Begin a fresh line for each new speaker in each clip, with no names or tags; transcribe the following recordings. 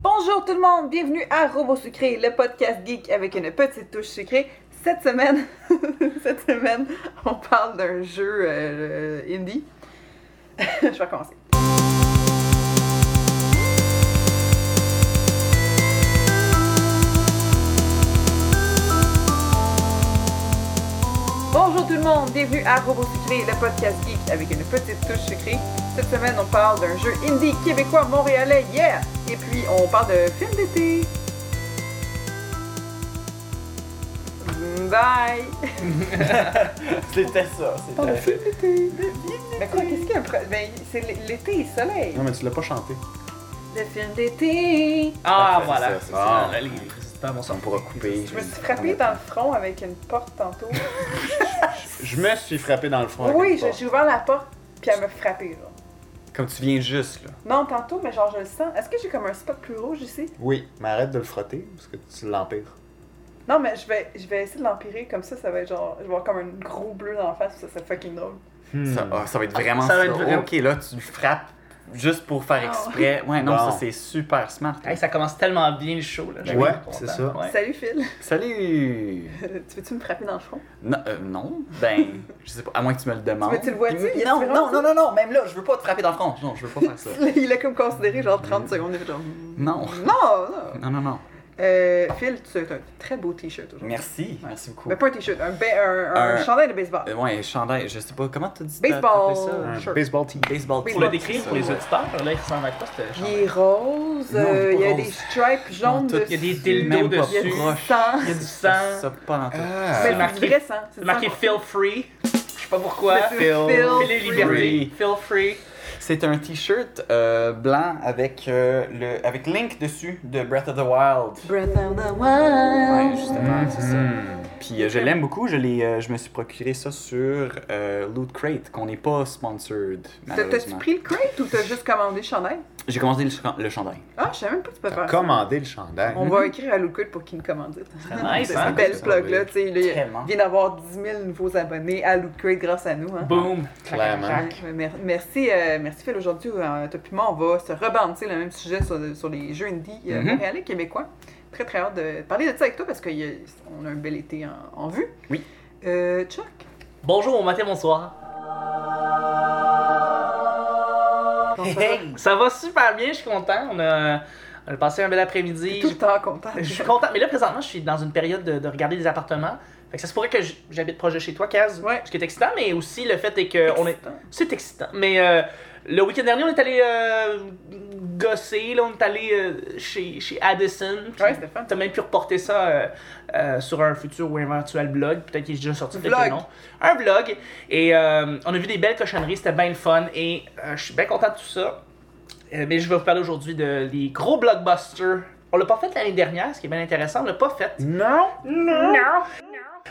Bonjour tout le monde, bienvenue à Robot Sucré, le podcast geek avec une petite touche sucrée. Cette semaine, cette semaine, on parle d'un jeu euh, euh, indie. Je vais commencer. Bonjour tout le monde, bienvenue à Robot Sucré, le podcast geek avec une petite touche sucrée. Cette semaine, on parle d'un jeu indie québécois montréalais, yeah! Et puis, on parle de films d'été. Bye!
C'était ça,
On parle de
c'était.
films d'été. Mais quoi, qu'est-ce qu'il y a? après- Ben, c'est l'été, soleil.
Non, mais tu l'as pas chanté.
Le film d'été.
Ah,
Parfait,
voilà.
c'est ça, c'est
Ah,
ça.
là, les résistants vont s'en
On pourra couper.
Je me suis frappée dans le front avec une porte tantôt.
Je me suis frappé dans le front. avec
oui,
une
j'ai-
porte.
j'ai ouvert la porte, puis elle m'a frappée, genre.
Comme tu viens juste, là.
Non, tantôt, mais genre, je le sens. Est-ce que j'ai comme un spot plus rouge ici?
Oui, mais arrête de le frotter parce que tu l'empires.
Non, mais je vais, je vais essayer de l'empirer, comme ça, ça va être genre, je vais avoir comme un gros bleu dans la face, ça c'est fucking drôle.
Hmm.
Ça, ah, ça va être vraiment
Ah, ça va être
slow.
vraiment-
Ok, là, tu frappes juste pour faire
Ah,
exprès. Ouais, non,
Bon.
ça, c'est super smart.
Hey, ça commence tellement bien le show, là. Je suis
Ouais,
content.
c'est ça.
Ouais.
Salut Phil!
Salut!
tu veux-tu me frapper dans le front?
Non, euh, non, ben, je sais pas, à moins que tu me le demandes.
Mais tu le vois-tu? Il est
Non,
différent,
non,
ça?
non, non, non, même là, je veux pas te frapper dans le front. Non, je veux pas faire ça.
Il a comme considéré genre 30 secondes, il fait genre. hmm. Non,
Non,
non!
non, non, non.
Euh, Phil, tu as un très beau t-shirt aujourd'hui.
Merci, merci beaucoup.
Mais pas un t-shirt, un, ba- un, un
Un-
chandail de baseball.
Euh, ouais, chandail, je sais pas, comment t'as dit t'as-
Baseball.
t'as appelé
Un
Sure.
baseball team.
ça? Baseball.
Pour
Pour
team.
le décrire pour les auditeurs, là, il ressemble à quoi, ce
Il
genre?
est rose,
Non, il est
euh,
pas
il y a
rose.
des stripes jaunes
tout-
dessus.
Il y a des
Même
dildos
pas
Il y a du
dessus.
proche.
sang.
Il y a du sang.
Ça, pas en tout.
Ah.
Mais
C'est marqué-
c'est vrai, ça.
C'est marqué Feel Free. Je sais pas pourquoi.
Mais
Feel
c'est Phil
les
Free.
libertés. Feel Free.
C'est un t-shirt euh, blanc avec, euh, le, avec Link dessus de Breath of the Wild.
Breath of the wild.
Ouais, justement, c'est ça.
Mm-hmm.
Puis euh, je l'aime beaucoup, je, l'ai, euh, je me suis procuré ça sur euh, Loot Crate, qu'on n'est pas sponsored,
T'as- T'as-tu
malheureusement.
pris le crate ou t'as juste commandé le chandail?
J'ai commandé le, chan- le chandail.
Ah, je savais même pas que tu peux
T'as
faire ça.
commandé le chandail.
Mhm.
On va écrire à Lookwood pour qu'il nous commande ça.
Ah, nice,
C'est
hein?
une belle
Ça,
plug,
oui.
là. Tu sais, là, il
Vraiment.
Hein? vient d'avoir 10 000 nouveaux abonnés à Lookwood grâce à nous. Hein.
Boom.
Clairement.
Ouais, mer- merci, euh, merci Phil. Aujourd'hui, euh, toi puis moi, on va se rebandir le même sujet sur, sur les jeux indie euh,
Mm-hmm.
Mhm.
montréalais, québécois. Très, très hâte de parler de ça avec toi parce qu'on a un bel été en, en vue.
Oui.
Euh, Chuck,
Bonjour, bon matin, bonsoir.
Hey,
Hey, ça va super bien, je suis content. On a, on a passé un bel
t'es
après-midi.
tout le temps content.
Je suis content, mais là présentement, je suis dans une période de, de regarder des appartements. Fait que ça se pourrait que j- j'habite proche de chez toi, Kaz.
Ouais.
Ce qui est excitant, mais aussi le fait est que on est.
Excitant.
C'est excitant. Mais euh, le week-end dernier, on est allé euh, gosser. Là, on est allé euh, chez, chez Addison. Puis
Ouais, c'était fun.
T'as même pu reporter ça euh, euh, sur un futur ou éventuel blog. Peut-être qu'il est déjà sorti. peut-être que
Vlog.
non. Un vlog. Et euh, on a vu des belles cochonneries. C'était bien le fun. Et euh, je suis bien content de tout ça. Euh, mais je vais vous parler aujourd'hui de les gros blockbusters. On l'a pas fait l'année dernière, ce qui est bien intéressant. On l'a pas fait.
Non!
Non.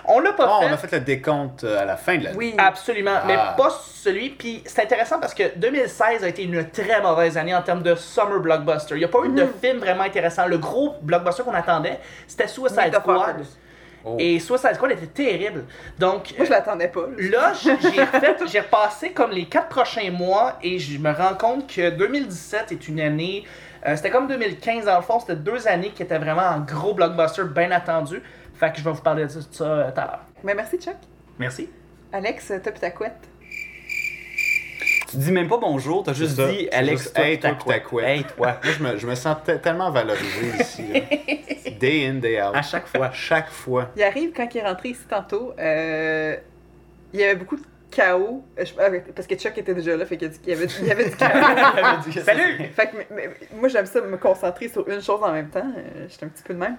On l'a pas
Oh,
fait.
on a fait le décompte euh, à la fin de l'année.
Oui.
Absolument, mais
Ah.
pas celui. Puis c'est intéressant parce que 2016 a été une très mauvaise année en termes de summer blockbuster. Il n'y a pas eu de film vraiment intéressant. Le gros blockbuster qu'on attendait, c'était
Meet
Suicide
the
Squad.
Fuckers.
Oh.
Et Suicide Squad était terrible. Donc
Moi, je l'attendais pas. là.
là, j- j'ai fait- j'ai repassé comme les quatre prochains mois et je me rends compte que 2017 est une année. euh, c'était comme 2015 dans le fond, c'était deux années qui étaient vraiment un gros blockbuster bien attendu. Fait que je vais vous parler de ça euh, tout à l'heure.
Mais merci, Chuck.
Merci.
Alex, t'as pis ta couette.
Tu dis même pas bonjour, t'as juste
ça.
dit
C'est
Alex,
juste,
toi,
hey,
toi,
toi, ta couette.
Hey, toi.
Moi, je me, je me sens te- tellement valorisé ici. là. Day in, day out.
À chaque fois.
Chaque fois.
Il arrive quand il est rentré ici tantôt. euh, il y avait beaucoup de chaos. Euh, je- ah, ouais, Parce que Chuck était déjà là, fait qu'il y a du- il y avait, il y avait du chaos.
Salut!
fait que, mais- mais- moi, j'aime ça me concentrer sur une chose en même temps. Euh, J'étais un petit peu de même.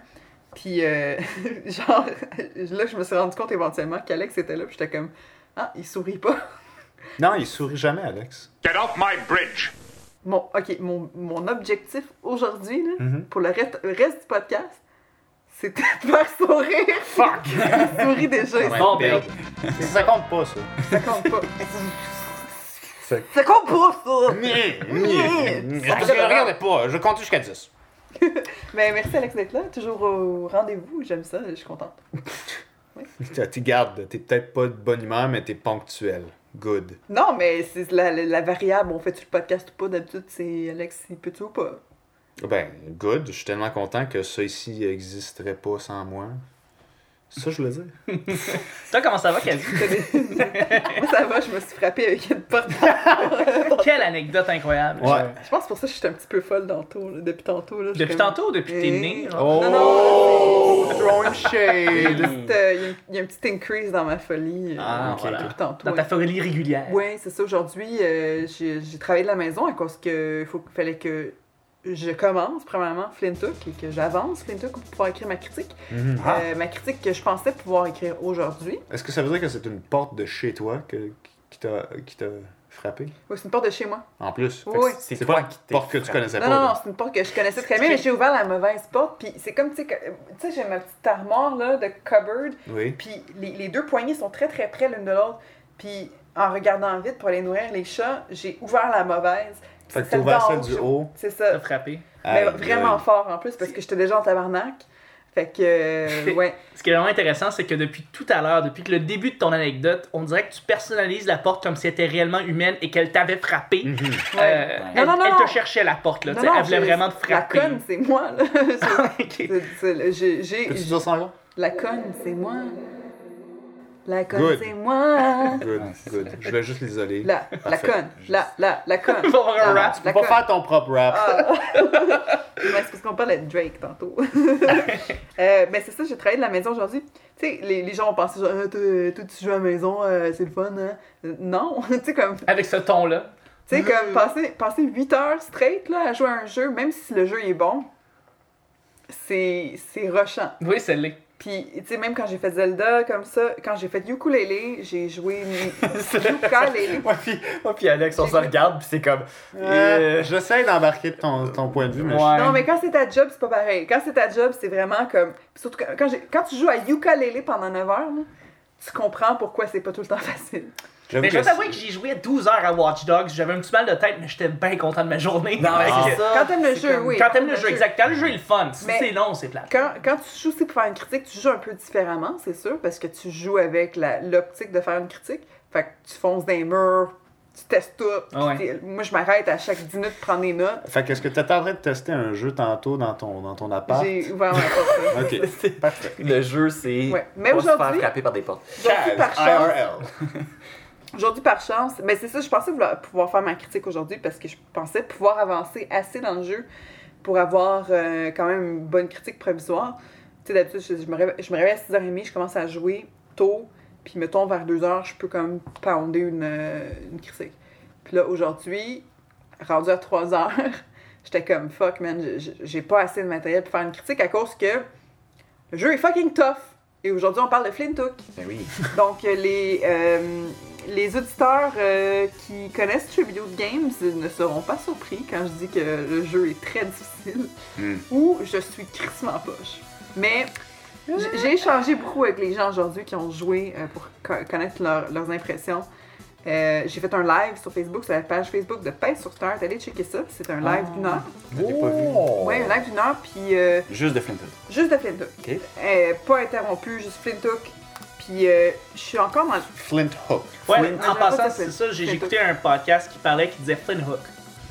Puis, euh, genre, là, je me suis rendu compte éventuellement qu'Alex était là, puis j'étais comme, ah, il sourit pas.
Non, il sourit jamais, Alex.
Get off my bridge!
Mon, ok, mon, mon objectif aujourd'hui, là, pour le reste, le reste du podcast, c'était de faire sourire.
Fuck!
Il sourit déjà, il
Bon, ben,
Ça compte pas, ça.
Ça compte pas.
C'est-
Ça compte pas, ça!
Parce que regardez pas, je compte jusqu'à 10.
Mais merci Alex d'être là, toujours au rendez-vous, j'aime ça, je suis contente.
T'as- T'y gardes, t'es peut-être pas de bonne humeur, mais t'es ponctuel. Good.
Non, mais c'est la, la- la variable, on fait-tu le podcast ou pas, d'habitude, c'est Alex, il peut-tu ou pas?
Ben, good. Je suis tellement content que ça ici n'existerait pas sans moi. C'est ça, que je voulais dire.
Toi, comment ça va, Kevin?
Moi, ça va, je me suis frappée avec une porte.
Quelle anecdote incroyable!
Ouais.
Je pense que pour ça que je suis un petit peu folle tantôt, là, depuis tantôt. Là, je suis
Depuis
comme- Eh.
tantôt ou depuis que t'es né? genre?
Non, non, non, Il
Throne
y a
shade!
une petite, euh, il y a une- il y a un petit increase dans ma folie. euh,
Ah,
depuis
voilà.
tantôt,
Dans ta folie régulière.
Oui, c'est ça. Aujourd'hui, euh, j'ai j'ai travaillé de la maison à cause que faut, fallait que je commence, premièrement, Flintook et que j'avance Flintook pour pouvoir écrire ma critique.
Mhm.
Ah.
Euh, ma critique que je pensais pouvoir écrire aujourd'hui.
Est-ce que ça veut dire que c'est une porte de chez toi que, qui t'a qui t'a frappé?
Oui, c'est une porte de chez moi.
En plus.
Oui,
Fait que
oui.
C'est pas une porte que tu connaissais
Non,
pas.
non, non,
là.
c'est une porte que je connaissais très bien, mais j'ai ouvert la mauvaise porte. Puis c'est comme, tu sais, que- tu sais, j'ai ma petite armoire là, de cupboard.
Oui.
Puis les, les deux poignées sont très très près l'une de l'autre. Puis en regardant vite pour aller nourrir les chats, j'ai ouvert la mauvaise.
Fait que
C'est
t'as ouvert
celle
ça
d'en
du
haut.
haut.
C'est
T'as
ça.
frappé.
Mais
Aïe,
vraiment
aïe.
fort en plus parce que j'étais déjà en tabarnak. Fait que, euh, ouais.
Ce qui est vraiment intéressant, c'est que depuis tout à l'heure, depuis que le début de ton anecdote, on dirait que tu personnalises la porte comme si elle était réellement humaine et qu'elle t'avait frappé. Euh,
Ouais.
elle,
Non, non,
elle
non.
te cherchait la porte, là. tu sais, elle voulait
j'ai-
vraiment te frapper.
La conne, c'est moi, là.
Ok.
C'est- c'est- j'ai-
Peux-tu
j'ai-
dire ça encore?
La conne, c'est moi. La conne,
Good.
c'est moi.
Good, good. Je voulais juste l'isoler.
Ah. La, la
Parfait.
conne, la, la, la conne.
On va avoir un
La-
rap.
Tu
la
peux pas
conne.
faire ton propre rap.
Ah. Mais c'est parce qu'on parlait de Drake tantôt. Euh, mais c'est ça, j'ai travaillé de la maison aujourd'hui. Tu sais, les, les gens ont pensé, genre, Ah, toi, toi, tu joues à la maison, euh, c'est le fun, hein? Euh, Non, tu sais, comme, tu
Avec ce ton-là.
sais,
Mm.
comme passer, passer 8 heures straight là, à jouer à un jeu, même si le jeu est bon, c'est c'est rushant.
Oui, c'est l'est.
Puis, tu sais, même quand j'ai fait Zelda comme ça, quand j'ai fait ukulélé, j'ai joué ukulélé.
Moi puis, moi puis Alex, on se regarde, puis c'est comme.
Ah.
Euh, J'essaie d'embarquer de ton, ton point de vue, mais
Ouais.
Non, mais quand c'est ta job, c'est pas pareil. Quand c'est ta job, c'est vraiment comme. Puis Surtout quand, quand, j'ai- quand tu joues à ukulélé pendant 9 heures, là, tu comprends pourquoi c'est pas tout le temps facile.
j'avoue
Mais je
que
vais t'avouer que
c'est-
j'y jouais 12 heures à Watch Dogs. J'avais un petit mal de tête, mais j'étais bien content de ma journée.
Non, mais
Parce
c'est
que-
ça.
Quand t'aimes le
c'est
jeu,
comme-
oui.
Ah, Quand t'aimes le jeu, exact. Quand le jeu est le fun. Si
Mais-
c'est long, c'est plat.
Quand, quand tu joues aussi pour faire une critique, tu joues un peu différemment, c'est sûr, parce que tu joues avec la- l'optique de faire une critique. Fait que tu fonces dans les murs, tu testes tout. puis
Ouais.
t'es- Moi, je m'arrête à chaque 10 minutes prendre des notes.
Fait que est-ce que t'attendrais de tester un jeu tantôt dans ton, dans ton appart?
J'ai ouvert ma porte. là.
Ok. Parfait.
Le jeu, c'est.
Ouais. Mais
on va se faire
aujourd'hui-
frapper par des portes.
Aujourd'hui, par chance,
IRL.
Aujourd'hui, par chance, mais c'est ça, je pensais vouloir- pouvoir faire ma critique aujourd'hui parce que je pensais pouvoir avancer assez dans le jeu pour avoir euh, quand même une bonne critique provisoire. Tu sais, d'habitude, je, je me réveille, je me réveille à 6h30, je commence à jouer tôt, puis mettons vers 2h, je peux comme pounder une, euh, une critique. Puis là, aujourd'hui, rendu à 3h, j'étais comme fuck man, j- j- j'ai pas assez de matériel pour faire une critique à cause que le jeu est fucking tough. Et aujourd'hui, on parle de Flintook.
Ben oui.
Donc, euh, les, euh, les auditeurs euh, qui connaissent Jeux vidéo de Games ne seront pas surpris quand je dis que le jeu est très difficile
Mm.
ou je suis crissement poche. Mais j- j'ai échangé beaucoup avec les gens aujourd'hui qui ont joué euh, pour co- connaître leur- leurs impressions. Euh, j'ai fait un live sur Facebook, sur la page Facebook de Pèse sur Start. Allez checker ça. C'est un live d'une heure.
Je l'ai pas vu.
Oh.
Ouais, un live d'une heure. Puis euh,
Juste de Flinton.
Juste de Flintook.
Ok.
Euh, pas interrompu, juste Flintook. Puis euh, je suis encore dans le-
Flint Hook.
Ouais,
Flint-
en
Non, pas
passant,
de
c'est
Flint.
ça, j'ai j'ai
Flint
écouté un podcast qui parlait qui disait Flint Hook.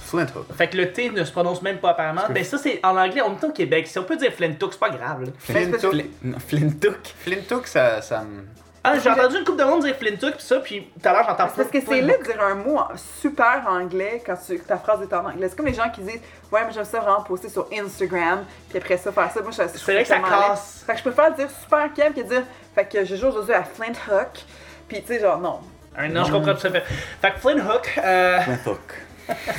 Flint Hook.
Fait que le T ne se prononce même pas apparemment. Mais ça, c'est en anglais, on est au Québec. Si on peut dire Flint Hook, c'est pas grave. là.
Ben,
Flint
c'est
Hook.
Flin- non, Flintook.
Flint Hook, ça, ça me.
Ah, j'ai entendu une couple de monde dire Flint Hook, pis ça, puis tout à l'heure, j'entends
C'est parce que
Flint
c'est
Hook.
laid de dire un mot en- super anglais quand tu- ta phrase est en anglais. C'est comme les gens qui disent Ouais, mais j'aime ça vraiment poster sur Instagram, puis après ça, faire ça. Moi, je je trouve
vrai que ça
tellement laid.
casse.
Fait que je préfère dire super calme que dire Fait que je joue aujourd'hui à Flint Hook. Puis tu sais, genre, non.
Ah, non, je comprends tout à fait. Fait que Flint Hook, euh,
Flintook.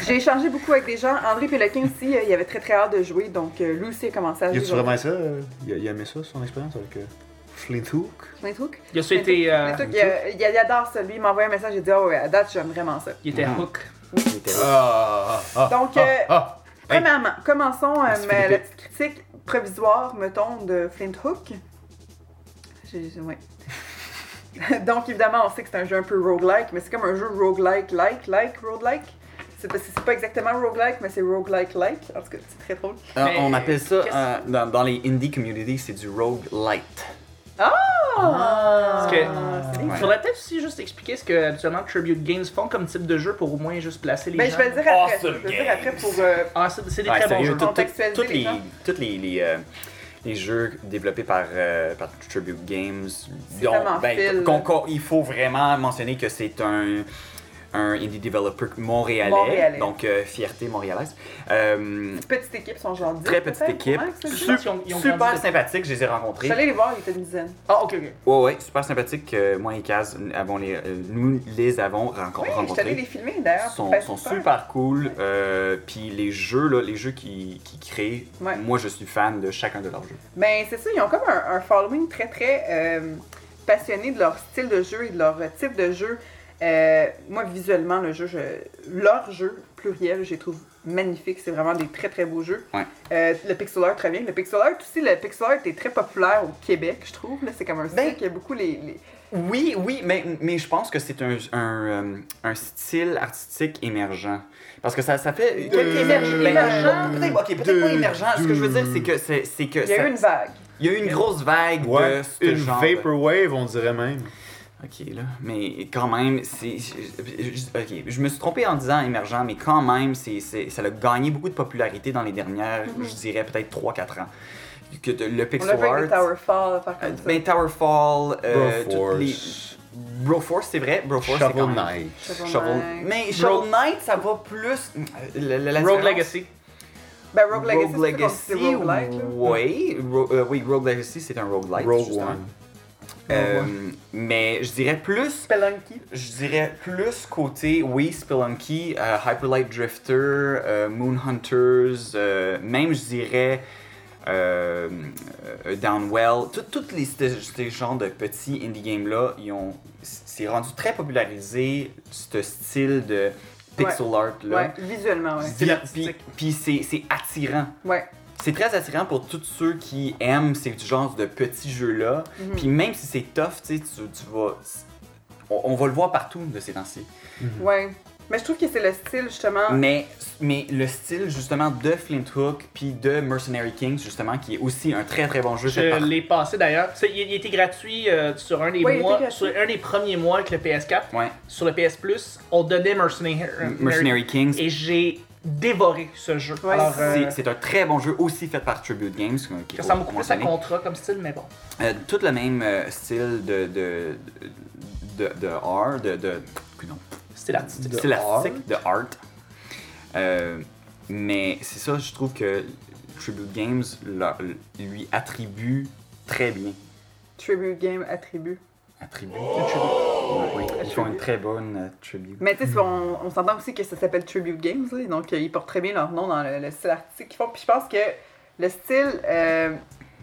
J'ai échangé beaucoup avec des gens. André Péloquin aussi, euh, il avait très très hâte de jouer, donc euh, lui aussi a commencé à
Y
jouer.
a-tu vraiment ça? euh, Y a, y a aimé ça, son expérience avec euh, Flint Hook?
Flint Hook.
il a souhaité. euh,
Flint Hook, il, a- il a- il adore ça. Lui, il m'a envoyé un message, il dit Ah ouais, à date, j'aime vraiment ça.
il était Hook.
Il était là.
Ah, ah,
Donc,
ah,
euh,
ah. Hey.
Premièrement, commençons euh,
Merci,
ma-
Philippe.
la petite critique provisoire, mettons, de Flint Hook. J'ai- j'ai- ouais. Donc, évidemment, on sait que c'est un jeu un peu roguelike, mais c'est comme un jeu roguelike, like, like, roguelike. C'est parce que c'est pas exactement roguelike, mais c'est roguelike, like. En tout cas, c'est très drôle.
Euh,
Mais
on appelle ça,
qu'est-ce-
euh, dans, dans les indie communities, c'est du roguelite.
Ah! Ah!
Parce
c'est
que-
des-
Ouais.
Faudrait peut-être aussi juste expliquer ce que habituellement Tribute Games font comme type de jeu pour au moins juste placer les
Ben,
gens.
je vais le dire après.
Awesome
je vais le
games.
dire après pour. euh,
Ah, c'est c'est des
Ouais,
très bons
sérieux,
jeux.
tout- tout-
Contextualiser
toutes
les
les,
gens.
toutes les, les, euh, les jeux développés par, euh, par Tribute Games, dont-
tellement
ben,
Phil.
qu'on- qu'on- il faut vraiment mentionner que c'est un, un indie developer montréalais,
Montréalais.
donc euh, fierté montréalaise. Euh,
Petite équipe, sont genre 10.
Très petite
peut-être,
équipe.
ouais, c'est ça.
Super- Ils ont- ils ont grandi
super
de-
sympathique, je les ai
Je
rencontrés.
suis allée les voir, ils étaient une dizaine.
Ah, ok, ok.
Ouais, ouais, super sympathique. euh, moi et Kaz, nous avons les, euh, nous les avons rencon-
Oui, je suis allée les
rencontrés.
filmer d'ailleurs. pour
sont,
faire
sont
peur.
super cool. euh, Puis les jeux, là, les jeux qui, qui créent,
Ouais.
moi je suis fan de chacun de leurs jeux.
Mais c'est ça, ils ont comme un, un following très très euh, passionné de leur style de jeu et de leur euh, type de jeu. Euh, moi, visuellement, le jeu, je- leur jeu pluriel, je les trouve magnifique. C'est vraiment des très très beaux jeux.
Ouais.
Euh, le pixel art, très bien. Le pixel art aussi, le pixel art est très populaire au Québec, je trouve. Là, c'est comme un style
Ben-
qui a beaucoup les. les-
Oui, oui, mais, mais je pense que c'est un, un, euh, un style artistique émergent. Parce que ça, ça fait. quelques-
émergent-
ben,
émergent.
peut-être- ok, peut-être pas
De-
émergent. Ce que je veux dire,
de-
c'est que. c'est- c'est que
Il y a
ben, ça-
eu une vague.
il y a eu une grosse vague
Ouais,
de ce
une
genre.
vaporwave, on dirait même.
Ok, là. Mais quand même, c'est. je- je- Ok, je me suis trompé en disant émergent, mais quand même, c'est, c'est- ça a gagné beaucoup de popularité dans les dernières, je dirais peut-être 3-4 ans. Que de- le
Mm-hmm. On
pixel
l'a vu avec
art.
les Towerfall, par
euh,
contre.
ben, Towerfall. euh, toutes les-
Broforce.
Broforce, c'est vrai. Broforce, c'est
Shovel
quand même-
Knight.
Shovel Mais Shovel Knight, ça va plus. La, la- la
Rogue
différence-
Legacy.
Ben, Rogue Legacy,
Rogue
c'est comme si
Legacy.
c'était roguelike, là.
Oui, Ro- euh, oui, Rogue Legacy, c'est un roguelite.
Rogue
justement.
One.
Euh, mais je dirais plus.
Spelunky.
Je dirais plus côté, oui, Spelunky, euh, Hyperlight Drifter, euh, Moon Hunters, euh, même je dirais euh, euh, Downwell. Tout- Toutes les ces- ces genres de petits indie games là, ils ont, c'est rendu très popularisé ce style de pixel art là.
Ouais, visuellement, ouais.
Puis-
Style artistique.
puis- Puis c'est c'est attirant.
Ouais.
C'est très attirant pour tous ceux qui aiment ces genres de petits jeux-là.
Mhm.
Puis même si c'est tough, tu, sais, tu tu vas. On, on va le voir partout de ces temps-ci.
Ouais. Mais je trouve que c'est le style, justement.
Ah.
Mais, mais le style, justement, de Flint Hook, puis de Mercenary Kings, justement, qui est aussi un très très bon jeu. fait
Je
par-
l'ai passé d'ailleurs. C'est- Il, il était gratuit euh, sur un des
Ouais, il
mois,
était gratuit.
sur un des premiers mois avec le PS4.
Ouais.
Sur le PS Plus, on donnait Mercenary, euh,
Mercenary Kings.
Et j'ai dévoré ce jeu.
Ouais,
Alors,
c'est-
euh,
C'est c'est un très bon jeu aussi fait par Tribute Games. euh, qu'il
ça
faut
ressemble beaucoup plus à
mentionner.
Contra comme style, mais bon.
Euh, tout le même euh, style de, de, de, de art, de, de, coudonc,
Style artistique.
style artistique, de art. Euh, mais c'est ça, je trouve que Tribute Games leur- lui attribue très bien.
Tribute game attribut.
Attribue.
Tribute.
Oui, ils font une très bonne euh, tribute.
Mais tu sais, on, on s'entend aussi que ça s'appelle Tribute Games, là, donc euh, ils portent très bien leur nom dans le, le style artistique qu'ils font. Puis je pense que le style euh,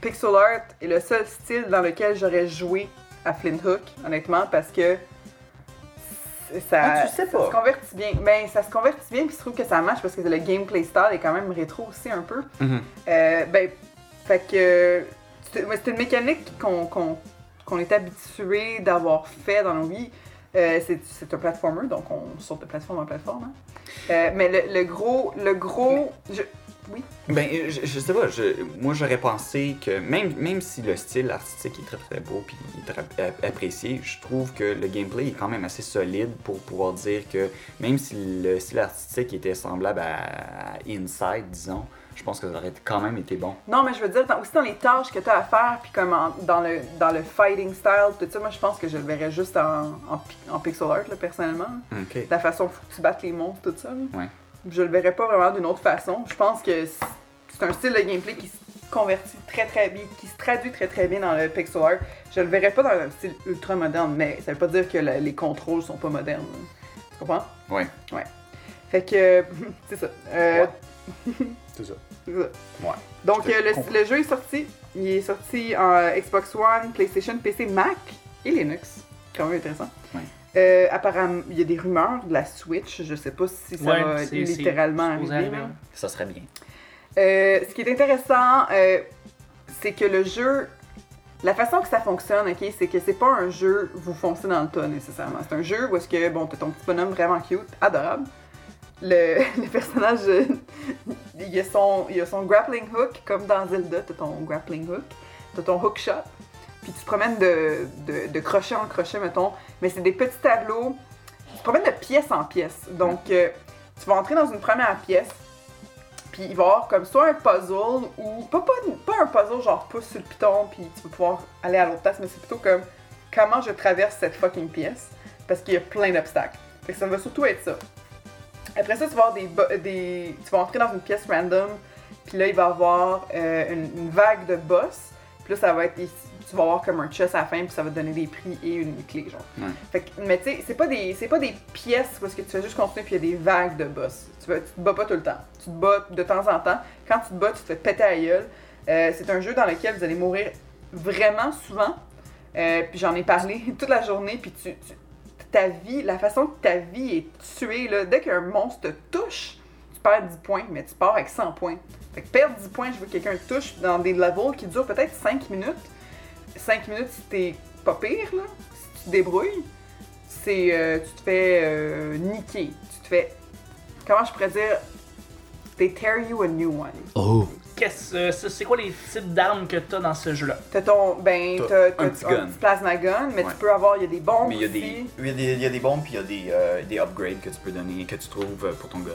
pixel art est le seul style dans lequel j'aurais joué à Flint Hook, honnêtement, parce que c- ça,
Ah, tu sais
ça
pas.
se convertit bien. Ben, ça se convertit bien, puis je trouve que ça marche parce que le gameplay style est quand même rétro aussi un peu.
Mhm.
Euh, ben, fait que c'est ouais, c'est une mécanique qu'on qu'on- qu'on est habitué d'avoir fait dans nos vies. Euh, c'est c'est un platformer, donc on saute de plateforme en plateforme. hein. Euh, mais le, le gros, le gros, je-
Ben, euh, je, je sais pas, je- moi j'aurais pensé que même, même si le style artistique est très très beau puis il est très ap- apprécié, je trouve que le gameplay est quand même assez solide pour pouvoir dire que même si le style artistique était semblable à, à Inside, disons, je pense que ça aurait quand même été bon.
non, mais je veux dire dans- aussi dans les tâches que tu as à faire, puis comme en- dans le dans le fighting style, tout ça. Moi, je pense que je le verrais juste en, en, pi- en pixel art, là, personnellement.
Ok.
La façon faut que tu battes les monstres, tout ça. là.
Ouais.
Je le verrais pas vraiment d'une autre façon. Je pense que c- c'est un style de gameplay qui se convertit très très bien, qui se traduit très très bien dans le pixel art. Je le verrais pas dans un style ultra moderne, mais ça veut pas dire que la- les contrôles sont pas modernes. là. Tu comprends?
Ouais.
Fait que, c'est ça. Euh,
C'est ça.
c'est ça.
Ouais.
Donc,
Je te
euh,
comprends.
le, le jeu est sorti. Il est sorti en euh, Xbox One, PlayStation, PC, Mac et Linux. Quand même intéressant.
Ouais.
Euh, apparemment, il y a des rumeurs de la Switch. Je sais pas si ça
Ouais,
va
c'est- c'est
littéralement
supposé
arriver.
arriver,
là.
ouais.
Ça serait bien.
Euh, ce qui est intéressant, euh, c'est que le jeu, la façon que ça fonctionne, ok, c'est que c'est pas un jeu vous foncez dans le tas nécessairement. C'est un jeu où est-ce que bon, t'as ton petit bonhomme vraiment cute, adorable. Le, le personnage, euh, il, a son, il a son grappling hook comme dans Zelda, t'as ton grappling hook, t'as ton hook shot. puis tu te promènes de, de, de crochet en crochet, mettons, mais c'est des petits tableaux. Tu te promènes de pièce en pièce. Donc, euh, tu vas entrer dans une première pièce, puis il va y avoir comme soit un puzzle ou. Pas, pas, pas un puzzle genre pouce sur le piton, puis tu vas pouvoir aller à l'autre place, mais c'est plutôt comme comment je traverse cette fucking pièce, parce qu'il y a plein d'obstacles. Fait que ça va surtout être ça. Après ça, tu vas, avoir des, bo- des- tu vas entrer dans une pièce random, puis là, il va y avoir euh, une, une vague de boss. Puis là, ça va être. des- Tu vas avoir comme un chest à la fin, puis ça va te donner des prix et une clé, genre.
Ouais.
Fait que, mais tu sais, c'est pas, des- c'est pas des pièces parce que tu vas juste continuer, puis il y a des vagues de boss. Tu, vas, tu te bats pas tout le temps. Tu te bats de temps en temps. Quand tu te bats, tu te fais péter à la gueule. Euh, c'est un jeu dans lequel vous allez mourir vraiment souvent. Euh, puis j'en ai parlé toute la journée, puis tu, tu- ta vie, la façon que ta vie est tuée, là, dès qu'un monstre te touche, tu perds 10 points, mais tu pars avec 100 points. Fait que perdre 10 points, je veux que quelqu'un te touche dans des levels qui durent peut-être 5 minutes. 5 minutes, si t'es pas pire, là, si tu te débrouilles, c'est, euh, tu te fais euh, niquer. Tu te fais, comment je pourrais dire, they tear you a new one.
Oh.
Qu'est-ce, euh, c'est c'est quoi les types d'armes que t'as dans ce jeu-là?
T'as ton, ben, t'as,
T'as
t'as
un petit gun.
plasma gun, mais
Ouais.
tu peux avoir, il y a des bombes
Mais il y, a des,
aussi.
il, y a des, il y a des bombes, puis il y a des, euh, des upgrades que tu peux donner, que tu trouves euh, pour ton gun.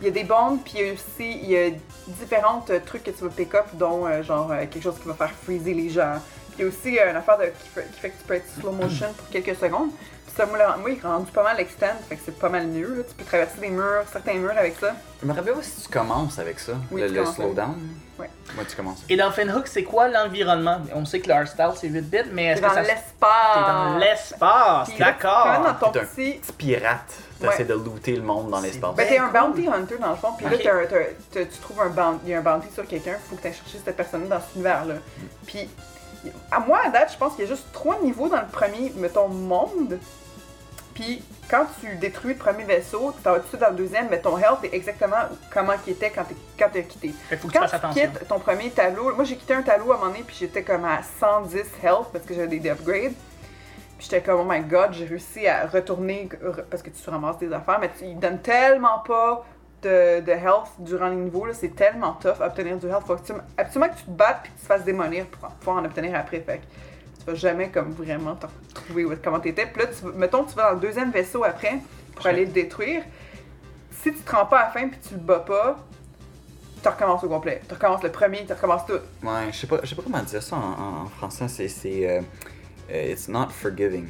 Il y a des bombes, puis il y a aussi il y a différents euh, trucs que tu vas pick up, dont euh, genre euh, quelque chose qui va faire freezer les gens. Puis il y a aussi euh, une affaire de, qui, fait, qui fait que tu peux être slow motion pour quelques secondes. Puis ça, moi, là, moi, il est rendu pas mal extend, fait que c'est pas mal mieux. là. Tu peux traverser des murs, certains murs avec ça.
Je me rappelle pas si tu commences avec ça,
Oui,
le,
tu
le
commences avec-
slowdown.
Ouais.
Moi, tu commences.
Et dans Finhook, c'est quoi l'environnement? On sait que le hardstyle, c'est 8 bits, mais
T'es
est-ce
dans
que ça...
l'espace.
T'es dans l'espace,
Puis là, tu te promènes
d'accord.
dans ton
T'es un-
petit.
Petit pirate, t'essaies de looter le monde dans
C'est
l'espace.
Ben, t'es un
cool.
bounty hunter dans le fond, puis
Ok.
là, t'as- t'as- t'as- tu trouves un bounty, il y a un bounty sur quelqu'un, faut que t'ailles chercher cette personne dans cet univers-là. Puis, y- à moi, à date, je pense qu'il y a juste trois niveaux dans le premier, mettons, monde. Puis, quand tu détruis le premier vaisseau, t'en vas tout de suite dans le deuxième, mais ton health est exactement comment il était quand t'es- quand t'as quitté.
Fait que faut que tu
Quand
fasses
tu
attention.
quittes ton premier tableau, moi j'ai quitté un tableau à un moment donné, puis j'étais comme à 110 health parce que j'avais des upgrades. Puis j'étais comme, oh my god, j'ai réussi à retourner re- parce que tu ramasses des affaires, mais tu- ils donnent tellement pas de, de health durant les niveaux, là, c'est tellement tough obtenir du health. Faut que tu, absolument que tu te battes puis que tu te fasses démolir pour pouvoir en obtenir après. Fait que tu vas jamais comme vraiment te retrouver où- comment t'étais. Puis là, tu, mettons, tu vas dans le deuxième vaisseau après pour aller le détruire. Si tu te rends pas à la fin puis tu le bats pas, tu recommences au complet. Tu recommences le premier, tu recommences tout.
Ouais, je sais pas, je sais pas comment dire ça en, en- en français, c'est. c'est euh, euh, it's not forgiving.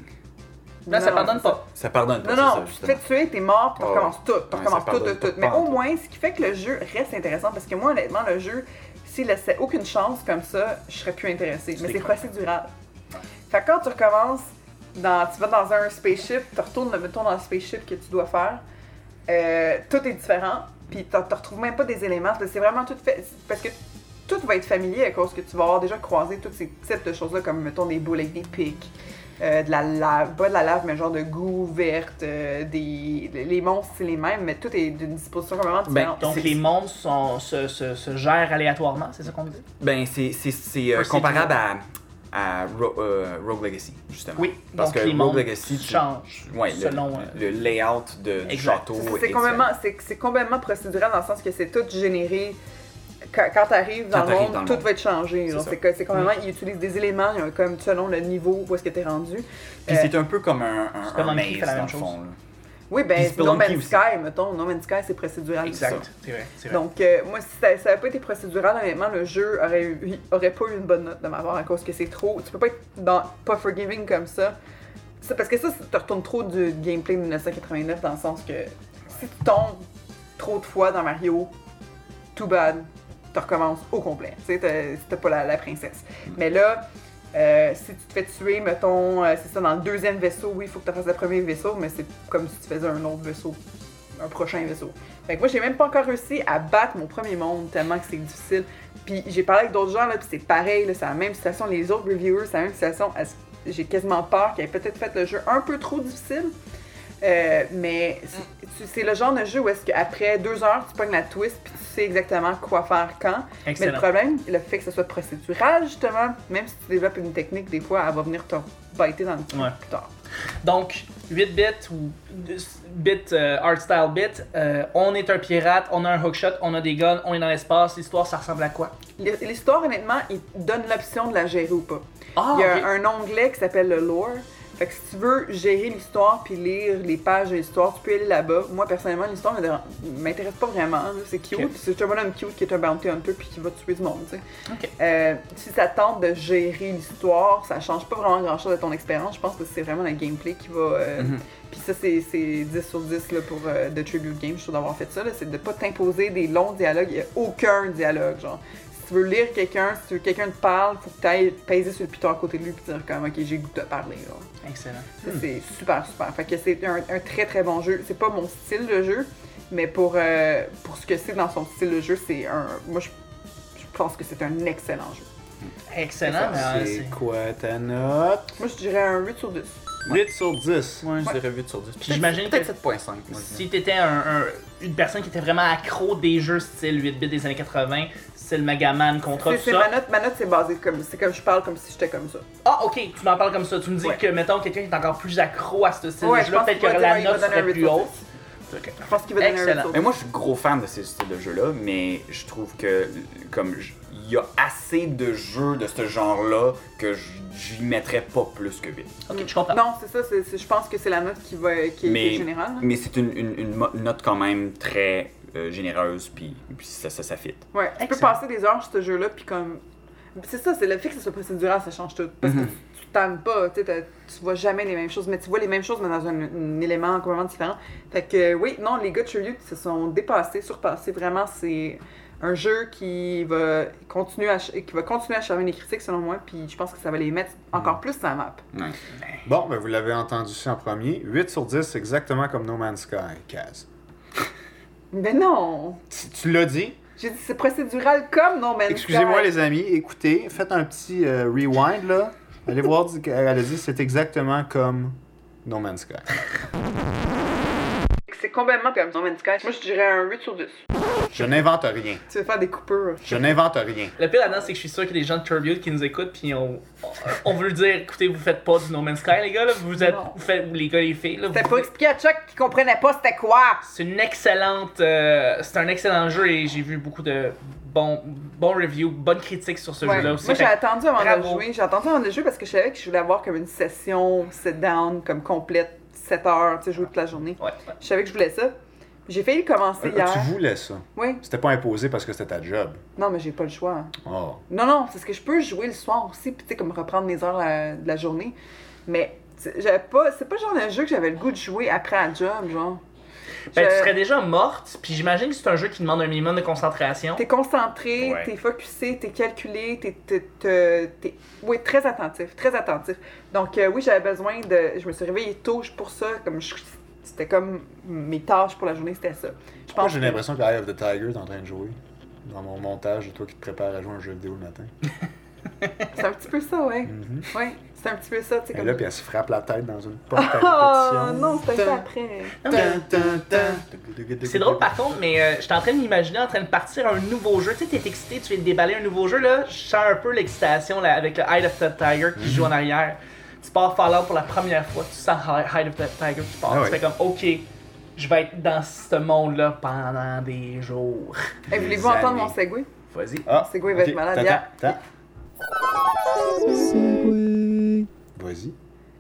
Là, ça
Non,
pardonne
c'est
pas.
Ça pardonne
Non,
pas,
non,
c'est ça,
tu te
justement. Oh.
fais tuer, t'es mort, puis tu
Ouais,
recommences tout, tu
ça
recommences tout,
pardonne
tout,
pas,
tout. Mais
pas en
au
tout.
moins, ce qui fait que le jeu reste intéressant, parce que moi, honnêtement, le jeu, s'il laissait aucune chance comme ça, je serais plus intéressée. Mais
C'est
c'est
clair.
procédural. Fait que quand tu recommences, dans, tu vas dans un spaceship, tu retournes, mettons, dans le spaceship que tu dois faire, euh, tout est différent, puis tu retrouves même pas des éléments. C'est vraiment tout fait. Parce que tout va être familier à cause que tu vas avoir déjà croisé tous ces types de choses-là, comme mettons des boules avec des pics, euh, de la lave, pas de la lave, mais genre de goût verte, euh, des, les monstres, c'est les mêmes, mais tout est d'une disposition
Ben,
complètement différente.
Donc les mondes sont, se, se, se gèrent aléatoirement, c'est ça qu'on dit?
Ben, c'est, c'est, c'est euh,
Procédural.
comparable à, à Ro- euh, Rogue Legacy, justement.
Oui,
parce
donc
que
les
Rogue
mondes
Legacy tu-
changent
ouais, le,
selon, euh,
le layout de du
Exact.
château.
C'est-
est
c'est complètement,
différent.
c'est- c'est complètement procédural dans le sens que c'est tout généré. Quand, quand t'arrives
Quand
dans, le
t'arrives
monde,
dans le
tout
monde.
va être changé.
C'est
genre.
ça. Mm.
C'est que- c'est complètement, ils utilisent des éléments euh, comme selon le niveau où est-ce que t'es rendu.
Puis
Euh,
c'est un peu comme un, un,
Spelunky
un
fait
maze,
la même
dans le
chose.
fond. là.
Oui, ben,
Puis
c'est No Man's
Spelunky
Sky, mettons. No Man's Sky, c'est procédural.
Exact, c'est vrai. c'est vrai.
Donc, euh, moi, si ça n'avait pas été procédural, honnêtement, le jeu aurait, eu- aurait pas eu une bonne note de ma part à cause que c'est trop. Tu peux pas être dans pas forgiving comme ça. C'est parce que ça, ça te retourne trop du gameplay de 1989 dans le sens que si tu tombes trop de fois dans Mario, too bad, tu recommences au complet. Tu sais, t'as- t'as pas la, la princesse.
Mm.
Mais là, euh, si tu te fais tuer, mettons, euh, c'est ça, dans le deuxième vaisseau, oui, il faut que tu fasses le premier vaisseau, mais c'est comme si tu faisais un autre vaisseau, un prochain vaisseau. Fait que moi, j'ai même pas encore réussi à battre mon premier monde tellement que c'est difficile. Puis j'ai parlé avec d'autres gens, là, puis c'est pareil, là, c'est la même situation. Les autres reviewers, c'est la même situation. Est-ce- J'ai quasiment peur qu'ils aient peut-être fait le jeu un peu trop difficile. Euh, mais c'est- tu- c'est le genre de jeu où est-ce qu'après deux heures, tu pognes la twist puis tu sais exactement quoi faire quand. Mais le
Excellent.
problème, le fait que ce soit procédural, justement, même si tu développes une technique, des fois, elle va venir te biter dans le cul
Ouais.
plus tard.
Donc, 8 bits ou 10 bits, euh, art style bit, euh, on est un pirate, on a un hookshot, on a des guns, on est dans l'espace, l'histoire ça ressemble à quoi
L'hi- L'histoire, honnêtement, il te donne l'option de la gérer ou pas.
Ah,
Il y a
ok.
un onglet qui s'appelle le lore. Fait que si tu veux gérer l'histoire puis lire les pages de l'histoire, tu peux aller là-bas. Moi, personnellement, l'histoire me dérange- m'intéresse pas vraiment. là. C'est cute.
Ok.
C'est un bonhomme cute qui est un bounty hunter puis qui va tuer du monde, tu sais.
Ok.
Euh, si ça tente de gérer l'histoire, ça change pas vraiment grand-chose de ton expérience. Je pense que c'est vraiment le gameplay qui va... euh,
Mhm.
Puis ça, c'est c'est 10 sur 10 là, pour euh, The Tribute Game, je suis sûre d'avoir fait ça. là. C'est de pas t'imposer des longs dialogues. Il n'y a aucun dialogue, genre. Si tu veux lire quelqu'un, si tu veux que quelqu'un te parle, faut que tu ailles peser sur le piton à côté de lui puis dire comme « Ok, j'ai le goût de te parler. » genre.
Excellent.
Ça, c'est super, super. Fait que c'est un, un très, très bon jeu. C'est pas mon style de jeu, mais pour, euh, pour ce que c'est dans son style de jeu, c'est un... Moi, je, je pense que c'est un excellent jeu.
Excellent, mais, euh,
c'est
c'est-
quoi ta note?
Moi, je dirais un 8 sur 10.
8 sur 10.
Moi, je
Ouais.
dirais 8 sur 10.
j'imagine
peut-être
que-
7.5. moi, je dirais.
Si t'étais un- un- une personne qui était vraiment accro des jeux style 8 bits des années 80, style Megaman, Contra,
C'est-
tout
c'est
ça.
ma note, ma note c'est basé comme... C'est comme je parle comme si j'étais comme ça.
Ah, ok, tu m'en parles comme ça. Tu me dis
Ouais.
que, mettons, quelqu'un qui est encore plus accro à ce style
Ouais,
de
je
jeu-là,
pense
peut-être
qu'il
que
va
la
dire, il va
note
donner
serait
un
plus
huit sur
haute. Ok.
Je pense qu'il va donner un 8
Excellent.
sur 10.
Mais moi, je suis gros fan de ce style de jeu-là, mais je trouve que, comme, je- il y a assez de jeux de ce genre-là que je- j'y mettrais pas plus que 8.
Ok, je comprends.
Mm. Non, c'est ça, c'est- c'est- je pense que c'est la note qui, va, qui, est- qui est
mais,
hein?
générale.
mais c'est une, une- une mo- note quand même très euh, généreuse, puis puis ça, ça, ça fit.
Ouais, tu peux
Excellent.
passer des heures sur ce jeu-là, puis comme. C'est ça, c'est le fait que ce soit procédural, ça change tout. Parce
Mhm.
que tu- tu t'aimes pas, tu sais, t'as- tu vois jamais les mêmes choses, mais tu vois les mêmes choses, mais dans un, un élément complètement différent. Fait que, euh, oui, non, les gars de Tribute se sont dépassés, surpassés. Vraiment, c'est un jeu qui va continuer à, ch- qui va continuer à charmer les critiques, selon moi, puis je pense que ça va les mettre encore plus sur la map.
Ouais.
Bon, ben vous l'avez entendu ici en premier. 8 sur 10, c'est exactement comme No Man's Sky, Kaz.
Mais non!
Tu, tu l'as dit.
J'ai dit, c'est procédural comme non, mais.
Excusez-moi les amis, écoutez, faites un petit euh, rewind là. Allez voir, du- elle a dit c'est exactement comme No Man's Sky.
C'est complètement comme No Man's Sky. Moi, je dirais un 8 sur 10.
Je n'invente rien.
Tu veux faire des coupures. euh,
Je n'invente rien.
Le pire là-dedans, c'est que je suis sûr qu'il y a des gens de Turbulent qui nous écoutent, puis on, on veut leur dire écoutez, vous faites pas du No Man's Sky, les gars, là. Vous êtes,
Non.
vous faites, les gars, les filles, là.
C'était
vous-
pour expliquer à Chuck qui comprenait pas c'était quoi.
C'est une excellente. euh, c'est un excellent jeu et j'ai vu beaucoup de bons, bons reviews, bonnes critiques sur ce
Ouais.
jeu-là
Moi,
aussi.
j'ai
Fait-
attendu avant de
bravo.
jouer. J'ai attendu avant de jouer parce que je savais que je voulais avoir comme une session sit-down, comme complète, 7 heures, tu sais, jouer toute la journée.
Ouais.
Je savais que je voulais ça. J'ai failli le commencer
Euh, Tu
hier.
voulais ça.
Oui.
C'était pas imposé parce que c'était ta job.
Non, mais j'ai pas le choix.
Oh.
Non, non, c'est ce que je peux jouer le soir aussi, puis tu sais, comme reprendre mes heures euh, de la journée. Mais c'est- j'avais pas. C'est pas le genre de jeu que j'avais le goût de jouer après un job, genre.
Ben,
Je-
tu serais déjà morte, puis j'imagine que c'est un jeu qui demande un minimum de concentration.
T'es concentré,
Ouais.
t'es focusé, t'es calculé, t'es, t'es, t'es- t'es- oui, très attentif, très attentif. Donc euh, oui, j'avais besoin de... Je me suis réveillée tôt pour ça, comme je- c'était comme mes tâches pour la journée, c'était ça. Je
Moi,
pense
j'ai
que-
l'impression que Eye of the Tiger est en train de jouer dans mon montage de toi qui te prépare à jouer à un jeu vidéo le matin.
C'est un petit peu ça, ouais.
Mm-hmm.
Ouais, c'est un petit peu ça, tu sais,
Et
comme...
là, puis elle se frappe la tête dans une porte à
oh
répétition.
non, c'était ça après.
Ah,
Non, mais-
après.
C'est drôle par contre, mais euh, j'étais en train de m'imaginer en train de partir un nouveau jeu. Tu sais, t'es excité, tu viens de déballer un nouveau jeu, là. Je sens un peu l'excitation là, avec le Hide of the Tiger qui joue en
Mhm.
arrière. Tu pars Fallout pour la première fois, tu sens Hi- Hide of the Tiger qui part.
Ah ouais.
Tu fais comme, ok, je vais être dans ce monde-là pendant des jours.
Hey, voulez-vous
Les
entendre mon
années.
segway?
Vas-y.
Ah,
C'est quoi, il va être
ok,
malade,
t'attends,
hier.
t'attends. Vas-y.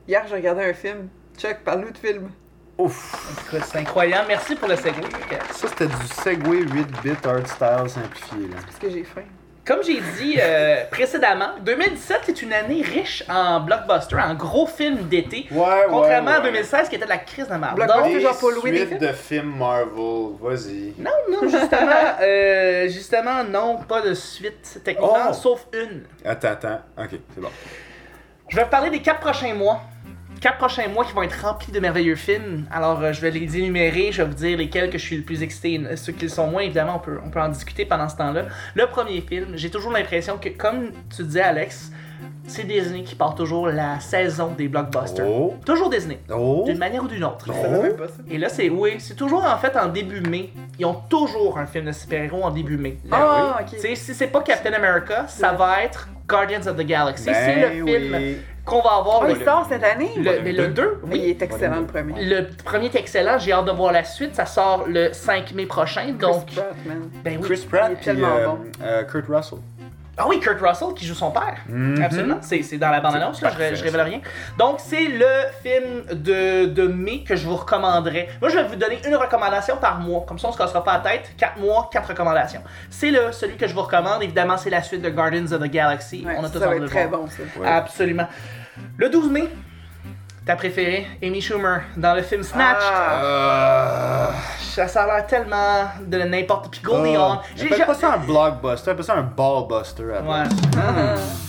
Hier, je regardais un film. Chuck, parle-nous de film.
Ouf!
Écoute, c'est incroyable. Merci pour le segway. Ok.
Ça, c'était du Segway 8-bit art style simplifié. Là.
Parce que j'ai faim.
Comme j'ai dit euh, précédemment, 2017 est une année riche en blockbusters, en gros films d'été.
Ouais,
Contrairement
ouais,
à
ouais.
2016 qui était de la crise de marde.
Blockbuster,
Donc,
Des Jean-Paul Louis, des
suites de films Marvel, vas-y.
Non, non, justement, euh, justement, non, pas de suite techniquement,
Oh.
sauf une.
Attends, attends. Ok, c'est bon.
Je vais vous parler des quatre prochains mois. Quatre prochains mois qui vont être remplis de merveilleux films. Alors, euh, je vais les énumérer, je vais vous dire lesquels que je suis le plus excité, et ceux qui le sont moins, évidemment, on peut, on peut en discuter pendant ce temps-là. Le premier film, j'ai toujours l'impression que, comme tu disais, Alex, c'est Disney qui part toujours la saison des blockbusters.
Oh.
Toujours Disney,
Oh.
d'une manière ou d'une autre.
Je savais même pas ça.
Et là, c'est oui, c'est toujours en fait en début mai. Ils ont toujours un film de super-héros en début mai.
Ah,
Tu
ok.
sais, si c'est pas Captain America, ça va être Guardians of the Galaxy.
Ben
c'est le film qu'on va avoir.
Oh,
le-
il sort cette année?
le, mais le 2,
Mais Il
oui.
est excellent le premier.
Le premier est excellent, j'ai hâte de voir la suite. Ça sort le 5 mai prochain, donc.
Chris Pratt, man.
Ben oui.
Chris
Il est
Pratt puis
tellement
euh,
bon.
euh, Kurt Russell.
Ah oui, Kurt Russell qui joue son père.
Mm-hmm.
Absolument. C'est c'est dans la bande-annonce, là, je, ré-
parfait,
je révèle
ça.
rien. Donc, c'est le film de, de mai que je vous recommanderais. Moi, je vais vous donner une recommandation par mois. Comme ça, on se cassera pas la tête. Quatre mois, quatre recommandations. C'est le celui que je vous recommande. Évidemment, c'est la suite de Guardians of the Galaxy.
Ouais,
on a tous
ça va
envie de
être
le
très
voir.
bon, ça.
Ouais.
Absolument. Le 12 mai, ta préférée, Amy Schumer, dans le film Snatch.
Ah,
Euh,
Ça, ça a l'air tellement de n'importe puis
Oh.
Goldie Hawn. J'ai-
Appelle
j'ai-
pas ça Ah. un blockbuster, appelle ça un ballbuster. à
Ouais.
base.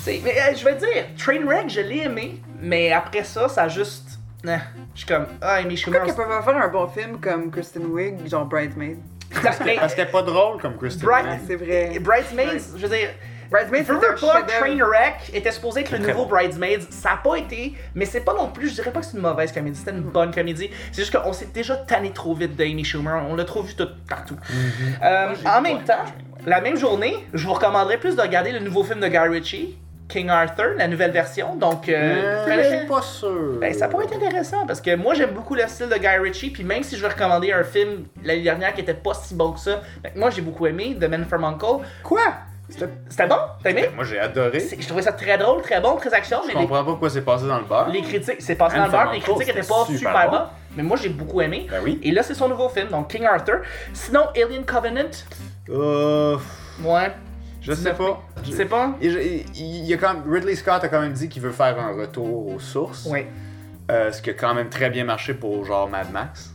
C'est- Mais euh, je vais dire, Trainwreck, je l'ai aimé, mais après ça, ça a juste. Nah, je suis comme, ah, Amy Schumer.
Pourquoi qu'elle peut pas faire un bon film comme Kristen Wiig, genre Bridesmaid?
Mais-
Parce que c'était pas drôle comme Christopher.
Bright-
Ouais, c'est vrai.
Bridesmaids, je veux dire.
Bridesmaids,
veux,
c'est
veux
un
pas,
chef-d'œuvre.
Trainwreck était supposé être le
très
nouveau
bon.
Bridesmaids. Ça n'a pas été, mais c'est pas non plus, je dirais pas que c'est une mauvaise comédie, c'était une bonne comédie. C'est juste qu'on s'est déjà tanné trop vite d'Amy Schumer, on l'a trop vu tout partout.
Mm-hmm.
Euh, en même temps, la même journée, je vous recommanderais plus de regarder le nouveau film de Guy Ritchie, King Arthur, la nouvelle version. Donc, euh,
Euh,
prenez-
Je suis pas sûr.
Ben, ça pourrait être intéressant parce que moi j'aime beaucoup le style de Guy Ritchie, puis même si je vais recommander un film l'année dernière qui était pas si bon que ça, ben, moi j'ai beaucoup aimé The Man from Uncle.
Quoi
C'était bon, t'as aimé?
Moi j'ai adoré.
C'est- Je trouvais ça très drôle, très bon, très action,
Je
mais
comprends pas pourquoi c'est passé dans le bar.
les, les critiques, c'est passé dans le
Man
beurre,
from
les
Uncle,
critiques étaient
c'était
pas
super
super
bon.
bons, mais moi j'ai beaucoup aimé.
Ben oui.
Et là c'est son nouveau film, donc King Arthur. Sinon Alien Covenant,
Euh,
ouais,
je sais pas.
je sais pas.
Il, il- il y a quand même- Ridley Scott a quand même dit qu'il veut faire un retour aux sources.
Ouais.
Euh, ce qui a quand même très bien marché pour genre Mad Max.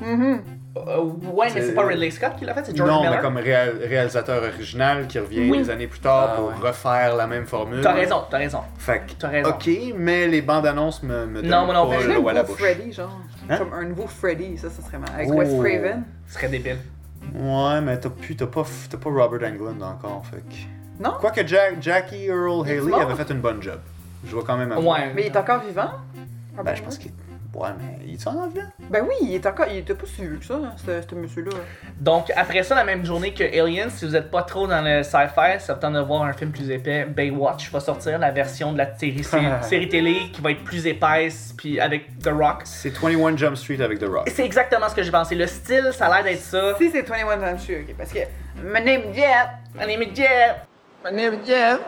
Mhm.
Oh,
Euh, ouais, mais c'est
C'est-
pas Ridley Scott qui l'a fait, c'est George
non,
Miller.
mais comme réal- réalisateur original qui revient
Oui.
des années plus tard
Ah,
pour
ouais.
refaire la même formule.
T'as raison, t'as raison,
Fait que-
t'as raison.
Ok, mais les bandes annonces me, me donnent
Non, moi non
pas
plus.
Imagine un
l'eau à la
nouveau
bouche.
Freddy, genre.
Hein?
Comme un nouveau Freddy, ça, ça serait mal. Avec
Oh.
Wes Craven.
Ce serait débile.
Ouais, mais t'as plus, t'as pas, t'as pas Robert Englund encore, fait que-
Non?
Quoique Jack, Jackie Earl Haley
mort?
avait fait une bonne job. Je vois quand même. avouer.
Ouais.
Mais il est encore vivant? Ah
Ben, je pense qu'il. Ouais, mais il s'en en vient.
Ben oui, il est encore. Il était pas si vieux que ça, hein, ce, ce monsieur-là.
Donc, après ça, la même journée que Alien, si vous n'êtes pas trop dans le sci-fi, ça vous tente de voir un film plus épais, Baywatch va sortir, la version de la série, série télé qui va être plus épaisse, puis avec The Rock.
C'est 21 Jump Street avec The Rock.
Et C'est exactement ce que j'ai pensé. Le style, ça a l'air d'être ça.
Si c'est 21 Jump Street, ok, parce que. My name Jeff.
On est Jeff.
My name Jeff.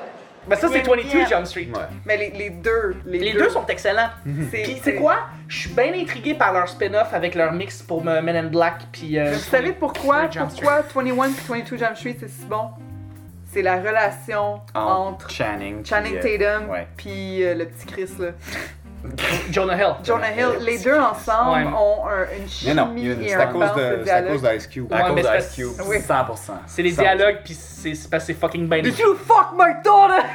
Ben ça, c'est 22 Jump Street.
Ouais.
Mais les, les deux. Les,
Les deux sont excellents.
Mhm.
Puis, c'est quoi? Je suis bien intrigué par leur spin-off avec leur mix pour euh, Men in Black, puis... euh,
Vous savez pourquoi,
22 Jump Street.
pourquoi 21 puis 22 Jump Street c'est si bon? C'est la relation
Ah.
entre
Channing.
Channing
puis, euh,
Tatum
ouais.
puis euh, le petit Chris là.
Jonah Hill.
Jonah Hill, les deux ensemble
Ouais.
ont un- une chimie
Mais non, il y a une-
et
c'est
un
C'est à cause
balance
de,
de
c'est à
dialogue.
cause d'Ice Cube.
Ouais,
À
mais
cause
c'est
de
parce-
Ice Cube,
oui.
100%.
C'est les
100%.
dialogues, puis c'est c'est parce que c'est fucking bien
Did you fuck my daughter?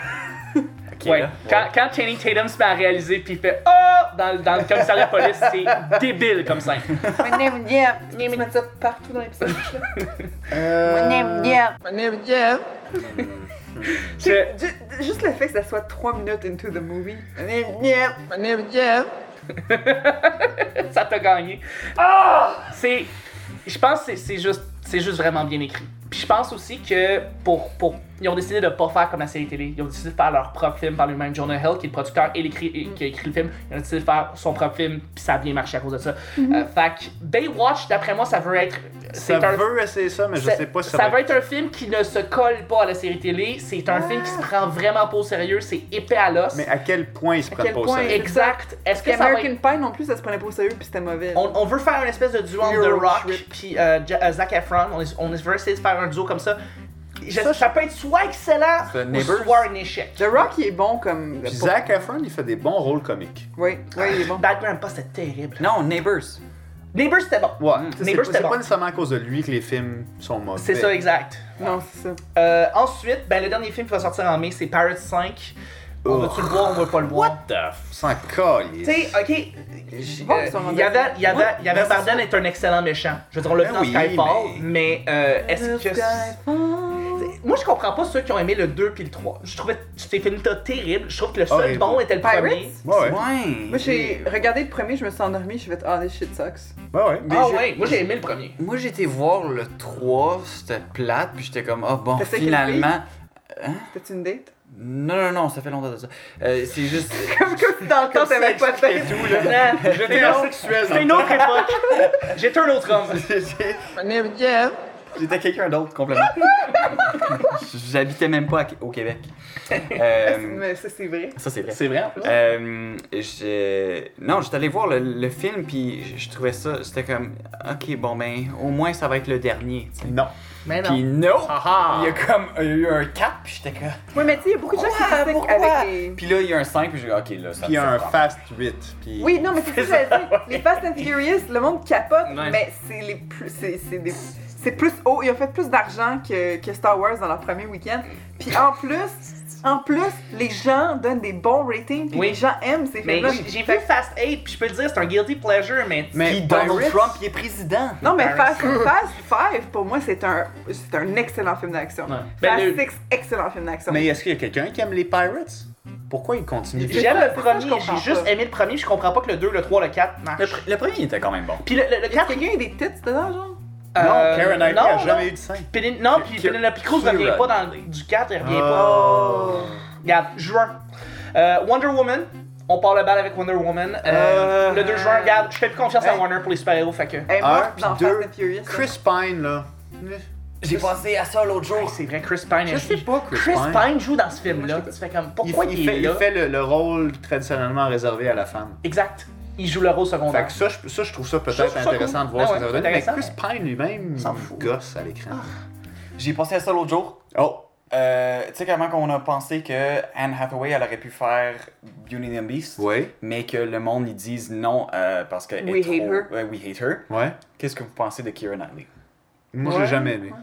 Ok,
Ouais.
là.
Quand, quand Channing Tatum se met à réaliser puis il fait Oh! dans, le- dans le commissariat de police, c'est débile comme ça.
My name Jeff. Tu mets ça partout dans l'épisode.
Euh,
Jeff. My name Jeff.
Je-
Ju- Juste le fait que ça soit 3 minutes into the movie. My name Jeff. My name Jeff.
ça t'a gagné. Ah! C'est. Je pense que c'est- c'est juste, c'est juste vraiment bien écrit. Puis je pense aussi que pour, pour. Ils ont décidé de pas faire comme la série télé. Ils ont décidé de faire leur propre film par lui-même. Jonah Hill, qui est le producteur et l'écrit- et qui a écrit le film, ils ont décidé de faire son propre film, puis ça a bien marché à cause de ça. Euh, fait que Baywatch, d'après moi, ça veut être.
Ça
c'est un-
veut essayer ça, mais je
Ça-
sais pas si ça,
ça
va
va être un film qui ne se colle pas à la série télé. C'est un film qui se prend vraiment pas au sérieux. C'est épais à l'os.
Mais à quel point ils se prennent
quel
pas au
point?
sérieux?
Exact. Est-ce que
Puis
ça va
American
être...
Pie non plus, ça se prenait pas au sérieux puis c'était mauvais.
on, on veut faire une espèce de duo entre The
Euro
Rock
trip.
puis euh, Ja- euh, Zac Efron. On, est, on est- veut essayer de faire un duo comme ça. Je- ça, peut être soit excellent
The
ou
Neighbors.
soit un échec.
The Rock, il est bon comme.
Puis Zac Efron, il fait des bons rôles comiques.
Oui, oui, il est bon.
Bad Grandpa, c'était terrible.
Non, Neighbors.
Neighbors, c'était bon.
Ouais. Tu sais, C'est
Neighbors,
pas-
c'était
c'est pas
bon.
nécessairement à cause de lui que les films sont mauvais.
C'est ça, exact.
Non, c'est ça.
Euh, ensuite, ben, le dernier film qui va sortir en mai, c'est Pirates 5. On
Ugh.
va-tu le voir, on va pas le voir?
Sans colis.
Tu sais, ok,
J-
Bon,
Euh,
ça, on
il y avait, il y avait,
Ouais,
il y avait
ben, c'est
Barden
ça.
est un excellent méchant. Je veux dire, on l'a vu
Ben
dans
oui,
Skyfall, mais, euh, est-ce
Est-ce
que.
que-
Moi, Moi, je comprends pas ceux qui ont aimé le 2 puis le 3. Je trouvais ces films-là terribles. Je trouve que le seul
Horrible.
bon était le
Pirates?
premier.
Ouais, ouais.
Ouais.
Moi, j'ai
Mais-
regardé le premier, je me suis endormie, je fait « Ah, this shit sucks
Ouais, ouais.
mais
ah
j'ai-
ouais, moi j'ai aimé le premier.
Moi, j'ai été voir le 3, c'était plate, puis j'étais comme, ah bon,
T'as fait ».
finalement.
C'était une date?
Non, non, non, ça fait longtemps de ça. Euh, c'est juste.
Comme que dans le temps, t'avais pas de date.
J'étais
sexuel.
C'est une autre époque. J'étais un autre homme.
J'ai-
Jeff.
J'étais quelqu'un d'autre, complètement. J'habitais même pas à- au Québec. Euh,
Mais ça, c'est vrai.
ça, c'est vrai.
C'est vrai en plus.
Euh, j'ai- non, j'étais allé voir le, le film, puis je- je trouvais ça, c'était comme, ok, bon, ben, au moins ça va être le dernier. tu sais.
Non.
Mais non. Ah,
Puis non,
Haha.
il y a comme il y a eu un 4, puis j'étais comme,
Oui, mais tu sais, il y a beaucoup de gens qui
Ouais,
critiquent
pourquoi?
avec les...
Puis là, il y a un 5, puis j'ai dit, ok, là, ça
Puis il y a
ça
un
prend.
Fast 8. Puis...
Oui, non, mais c'est ça, que j'allais dire. Les Fast and Furious, le monde capote,
Ouais.
mais c'est les plus. C'est c'est des- c'est plus haut. Ils ont fait plus d'argent que, que Star Wars dans leur premier week-end. Puis en plus, en plus, les gens donnent des bons ratings, puis
Oui.
les gens aiment ces
Mais
films-là.
j'ai- j'ai vu Fast 8, puis je peux te dire, c'est un guilty pleasure, mais.
Mais
Puis Donald
Pirates-
Trump, il est président.
Non, mais
Paris.
Fast, Fast Five, pour moi, c'est un, c'est un excellent film d'action.
Ouais. Ben,
Fast
le-
Six, excellent film d'action.
Mais est-ce qu'il y a quelqu'un qui aime les Pirates? Pourquoi ils continuent?
C'est
J'aime
ça,
le
c'est ça, je
premier,
comprends
j'ai juste
pas.
aimé le premier, je comprends pas que le 2, le 3, le 4
Le,
marchent.
pr- le premier était quand même bon.
Puis le, le, le
Est-ce
4.
que quelqu'un a des titres dedans, genre?
euh,
non, Karen Knightley
non,
a
non.
jamais eu de scène.
Péné- non, puis
Kira-
Penelope Cruz
Kira.
revient pas dans le- du 4, elle revient
Oh.
pas. Regarde, juin. Euh, Wonder Woman, on part le bal avec Wonder Woman. Euh,
Euh.
le 2 juin, regarde, je fais plus confiance à
Hey.
Warner pour les super-héros, fait que.
Elle est
Un,
morte
puis
dans
deux,
Fast and Furious. là.
Chris Pine, là.
J'ai pensé à ça l'autre jour.
C'est vrai, Chris Pine.
Je
elle-
sais pas, Chris,
Chris
Pine.
Pine joue dans ce film-là. Tu fais comme,
Il,
pourquoi
il
il,
fait,
est
il
là?
fait le, le rôle traditionnellement réservé à la femme.
Exact. Il joue le rôle
Fait
secondaire.
que ça, je, ça, je trouve ça
Je trouve
peut-être
ça
intéressant
cool.
de voir
Ah
ce
ouais,
que ça va donner. Mais
intéressant.
Chris Pine lui-même,
S'en fout. Ah.
gosse à l'écran.
J'ai pensé à ça l'autre jour.
Oh!
Euh, tu sais comment qu'on a pensé que Anne Hathaway elle aurait pu faire Beauty and the Beast,
Oui.
mais que le monde ils disent non euh, parce que elle est
We
trop-
hate her.
Ouais, we hate her.
Ouais.
Qu'est-ce que vous pensez de Keira Knightley
Moi,
Ouais.
j'ai jamais aimé.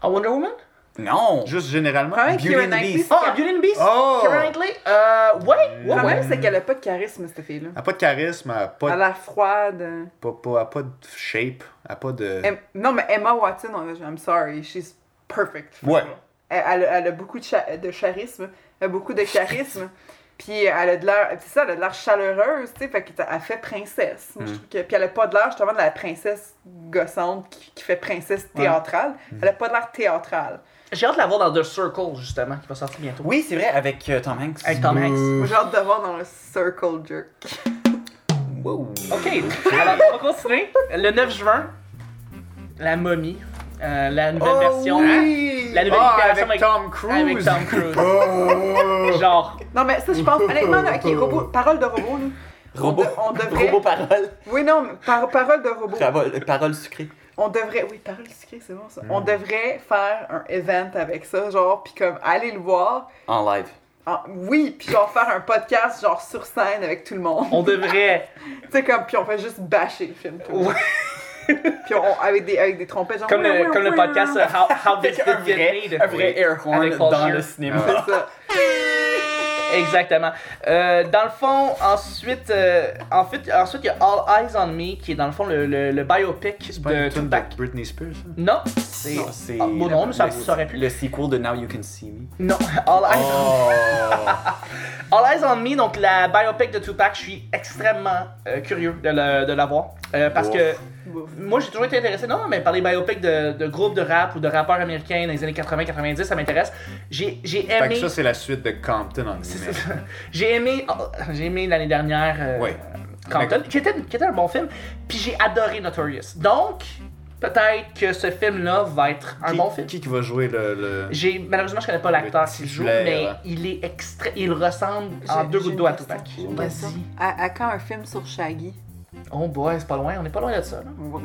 Ah, Wonder Woman?
Non.
Juste généralement.
Ouais,
Beauty
Keira
and the
Knightley,
Beast.
c'est
Ah, Beauty and the Beast?
Oh!
Keira Knightley? Euh, ouais,
Le
ouais, ouais.
problème, c'est qu'elle a pas de charisme, cette fille-là.
Ah,
Elle a pas de charisme, elle a
Elle
pas
a
de,
l'air froide.
pas, pas- elle a pas de shape, elle a pas de.
Em- non, mais Emma Watson, on- I'm sorry, she's perfect.
Ouais.
Elle, elle a- elle a beaucoup de, cha- de charisme, elle a beaucoup de charisme. Puis elle a de l'air, c'est ça, elle a de l'air chaleureuse, tu sais, fait qu'elle elle fait princesse. Moi, je trouve que, puis elle a pas de l'air justement de la princesse gossante qui, qui fait princesse théâtrale. Elle a pas de l'air théâtrale.
J'ai hâte de la voir dans The Circle, justement, qui va sortir bientôt.
Oui, c'est vrai avec euh, Tom Hanks.
Avec Tom Hanks.
Moi, J'ai hâte de voir dans le circle jerk.
Wow.
Ok, alors on va continuer. Le 9 juin, La Momie, euh, la nouvelle
Oh
version. La nouvelle
Ah,
itération
avec Tom Cruise.
Avec Tom Cruise.
Oh.
Genre,
Non, mais ça, je pense, honnêtement, là, ok, robot, parole de robot, là.
Robot.
On, de- on devrait.
Robot parole.
Oui, non, mais par- parole de robot.
Parole, parole sucrée.
On devrait, oui, parole sucrée, c'est bon ça. On
Hmm.
devrait faire un event avec ça, genre, puis comme aller le voir.
En live.
en- oui, puis genre faire un podcast, genre sur scène avec tout le monde.
on devrait.
Tu sais, comme, puis on fait juste bâcher le film. tout le monde.
Ouais.
Puis on, avec, des, avec des trompettes, genre.
Comme
oui,
le,
oui,
comme le
oui,
podcast
oui.
euh, How, How This Did
un
Get
vrai,
Made.
un vrai air horn
Avec Paul
dans
Scheer.
le cinéma.
euh,
C'est ça.
Exactement. Euh, dans le fond, ensuite, euh, en fait, ensuite, il y a All Eyes on Me, qui est dans le fond le, le, le biopic
Pas une
de
tune
Tupac.
de Britney Spears. hein? ça?
Non, c'est.
Non, c'est
Ah, bon, non, mais ça,
le-
ça aurait pu.
Le sequel de Now You Can See Me.
Non, All
Oh!
Eyes on
Oh.
All Eyes on Me, donc la biopic de Tupac, je suis extrêmement euh, curieux de, le- de la voir. Euh, parce
Wow.
que
Bouf.
moi, j'ai toujours été intéressé, non, mais par les biopics de, de groupes de rap ou de rappeurs américains dans les années 80-90, ça m'intéresse. J'ai j'ai
Fait que
aimé.
ça, c'est la suite de Compton en guillemets.
J'ai aimé, oh, j'ai aimé l'année dernière euh,
Ouais.
Compton, qui était, qui était un bon film, puis j'ai adoré Notorious. Donc, peut-être que ce film-là va être un
Qui-
bon film.
Qui qui va jouer le. le-
J'ai malheureusement je connais pas l'acteur
Le
qui le joue,
titulaire.
mais il est extra, il ressemble en
J'ai-
deux
j'ai
gouttes
une
d'eau à
question,
Tupac.
j'ai une question.
Vas-y.
À, à quand un film sur Shaggy
Oh boy, c'est pas loin, on est pas loin de ça. là.
Moi,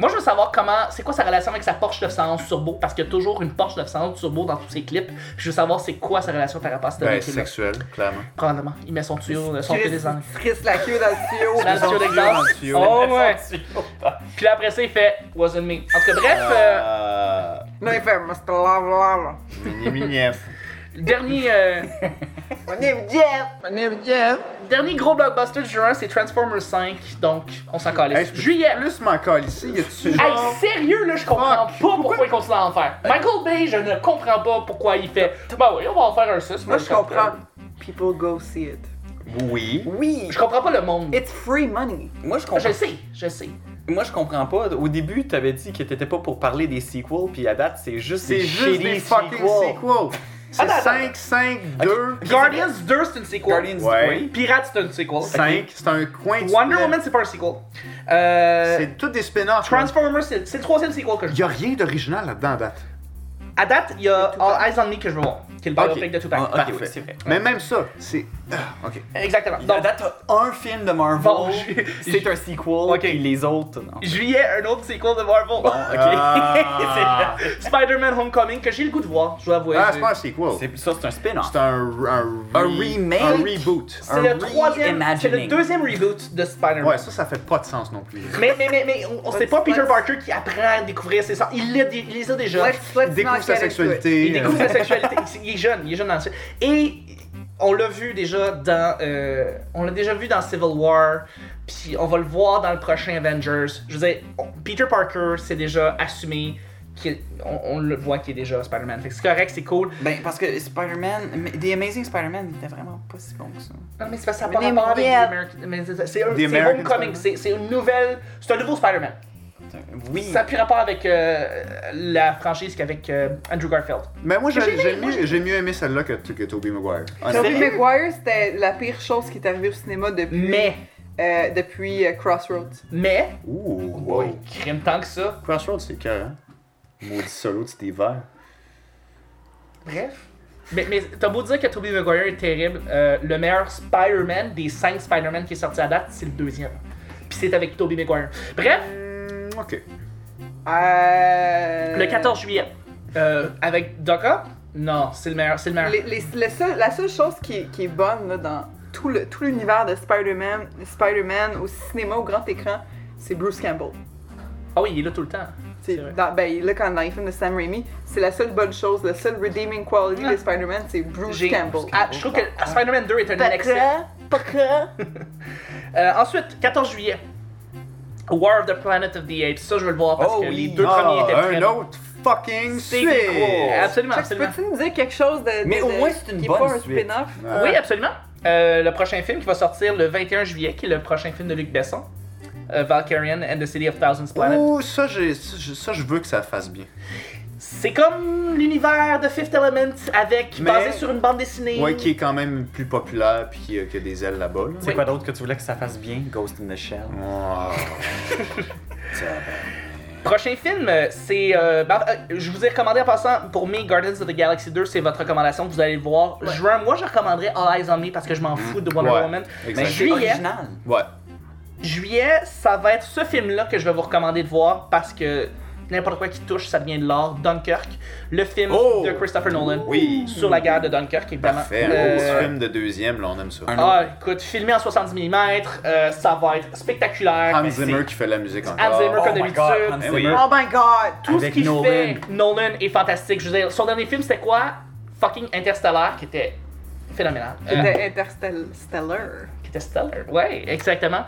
Moi, je veux savoir comment, c'est quoi sa relation avec sa Porsche 911 Turbo, parce qu'il y a toujours une Porsche 911 Turbo dans tous ses clips. Je veux savoir c'est quoi sa relation par rapport à cette
Ben,
là
sexuel, clairement.
Probablement, il met son tuyau, son
Chris,
pénis dans le-
Chris la queue dans le tuyau.
dans le tuyau
tuyau, dans le
d'exhaust.
tuyau.
Oh ouais. Puis là, après ça, il fait wasn't me. En tout cas, bref, euh,
Euh,
Non, il fait Mr. Love Love.
Mini Minieff.
dernier, euh,
Mon name is Jeff! Mon name is Jeff!
Dernier gros blockbuster du juin, c'est Transformers 5, donc on s'en calisse.
Hey, je peux
Juillet!
Plus m'encore ici, y a-tu
Hey,
genre.
sérieux, là, je comprends
Fuck.
pas pourquoi, il continue à en faire. Michael Bay, je ne comprends pas pourquoi il fait. Bah oui, on va en faire un 6.
Moi, je comprends. People go see it.
Oui.
Oui!
Je comprends pas le monde.
It's free money!
Moi, je
Je
comprends.
sais, je sais.
Moi, je comprends pas. Au début, t'avais dit que t'étais pas pour parler des sequels, puis à date, c'est juste
C'est
des
juste
shitty
des fucking sequels. C'est
Attends, attends.
5, 5, 2,
Guardians 2, c'est une sequel.
Guardians,
Ouais.
oui.
Pirates, c'est une sequel.
5. C'est un coin de
Wonder
spin.
Woman, c'est pas un sequel. Euh,
C'est tous des spin-offs. là.
Transformers, c'est c'est le troisième sequel que je
Y a rien d'original là-dedans à date.
À date, il y a
Tupac.
All Eyes on Me que je veux voir, qui est le biopic de Tupac.
Ah, ok, oui, c'est vrai.
Mais même ça, c'est. Ah, ok.
Exactement.
Donc, à
Donc,
date, t'as un film de Marvel,
Bon, j'ai-
c'est un sequel,
Ok.
puis les autres, non.
juillet, un autre sequel de Marvel.
Ah.
C'est- Spider-Man Homecoming, que j'ai le goût de voir, je dois avouer.
Ah, c'est pas un sequel.
C'est- Ça, c'est un spin-off.
C'est un, un,
Un
re-
remake?
Un reboot.
C'est le
un
troisième, c'est le
reimagining.
deuxième reboot de Spider-Man.
Ouais, ça, ça fait pas de sens non plus.
Mais, mais, mais, mais on, on sait pas
Let's-
Peter
let's-
Parker qui apprend à découvrir ses sens. Il, l'a dé- il les a déjà.
Let's, let's
Il découvre
not get
sa
into it.
sexualité. Euh,
Il découvre sa sexualité. Il est jeune, il est jeune dans le film. Et on l'a vu déjà dans. euh, on l'a déjà vu dans Civil War. Puis on va le voir dans le prochain Avengers. Je veux dire, on- Peter Parker s'est déjà assumé. qu'il- On, on le voit qu'il est déjà Spider-Man. Fait que C'est correct, c'est cool.
Ben, parce que Spider-Man, The Amazing Spider-Man, il était vraiment pas si bon que ça.
Non, mais c'est parce que ça n'a
Mais
pas
les
rapport avec
miens-
les Américains- mais c'est- C'est un-
The
c'est
American
Homecoming.
Spider-Man.
C'est c'est une nouvelle. C'est un nouveau Spider-Man.
Oui.
Ça n'a plus rapport avec euh, la franchise qu'avec euh, Andrew Garfield.
Mais moi, j'ai
J'ai aimé,
j'ai
moi,
mieux, j'ai mieux aimé celle-là que, que Tobey Maguire.
Tobey
Sérieux?
Maguire, c'était la pire chose qui est arrivée au cinéma depuis,
Mais,
euh, depuis euh, Crossroads.
mais,
Ouh,
boy, crime tant que ça.
Crossroads, c'est cœur, hein? Maudit solo de Steve Vert.
Bref. Mais, mais t'as beau dire que Tobey Maguire est terrible, euh, le meilleur Spider-Man des 5 Spider-Man qui est sorti à date, c'est le deuxième. Puis c'est avec Tobey Maguire. Bref,
Hmm, ok.
Euh,
le 14 juillet, euh, avec Doka, non, c'est le meilleur, c'est le meilleur.
les- les- le seul- la seule chose qui est, qui est bonne là, dans tout le- tout l'univers de Spider-Man Spider-Man au cinéma, au grand écran, c'est Bruce Campbell.
Ah oui, il est là tout le temps.
C'est-
vrai.
Dans, ben, là, quand dans les films de Sam Raimi, c'est la seule bonne chose, la seule redeeming quality de Spider-Man, c'est Bruce
Ah. J'ai-
Campbell.
Ah, je trouve que Spider-Man 2 est un
Pas
excellent.
que, pas que.
Euh, ensuite, 14 juillet, War of the Planet of the Apes. Ça, je veux le voir parce
Oh
que
oui.
les deux
Ah,
premiers étaient très
un
bons.
autre fucking
C'est
suite.
cool. Absolument,
Chuck,
absolument.
Peux-tu nous dire quelque chose de.
Mais
de-
au
de-
moins, c'est une
qui est
bonne
pas un
suite.
spin-off?
Ah.
Oui, absolument. Euh, le prochain film qui va sortir le 21 juillet, qui est le prochain film de Luc Besson, euh, Valkyrian and the City of Thousands Planet.
Ouh, ça, j'ai- ça, je- ça, je veux que ça fasse bien.
C'est comme l'univers de Fifth Element avec
Mais-
basé sur une bande dessinée.
Ouais, qui est quand même plus populaire puis euh, qui a, qui a des ailes là-bas. là.
C'est quoi d'autre que tu voulais que ça fasse bien? Ghost in the Shell.
Wow.
Prochain film, euh, c'est euh, bah, euh, je vous ai recommandé en passant pour mes Guardians of the Galaxy 2, c'est votre recommandation, vous allez le voir. Juin, moi je recommanderais All Eyes on Me parce que je m'en fous de Wonder
Mm. Ouais,
Woman.
exact.
Mais c'est
Juillet.
original.
Ouais.
Juillet, ça va être ce film-là que je vais vous recommander de voir parce que n'importe quoi qui touche, ça devient de l'art. Dunkirk, le film
Oh!
de Christopher Nolan
Oui.
sur la guerre de Dunkirk, évidemment.
Parfait. Oh, Un
Euh,
gros film de deuxième, là, on aime ça.
Un
ah, écoute, filmé en 70 mm, euh, ça va être spectaculaire.
Hans
mais c'est-
Zimmer qui fait la musique encore.
Hans Zimmer
Oh
comme
my God, Hans
d'habitude.
Eh oui.
Zimmer.
Oh my god!
Tout
Avec
ce qu'il
Nolan.
fait, Nolan est fantastique. Je veux dire, son dernier film, c'était quoi? Fucking Interstellar, qui était phénoménal.
Ah.
Euh,
C'était Interstellar.
qui était stellar. Ouais, exactement.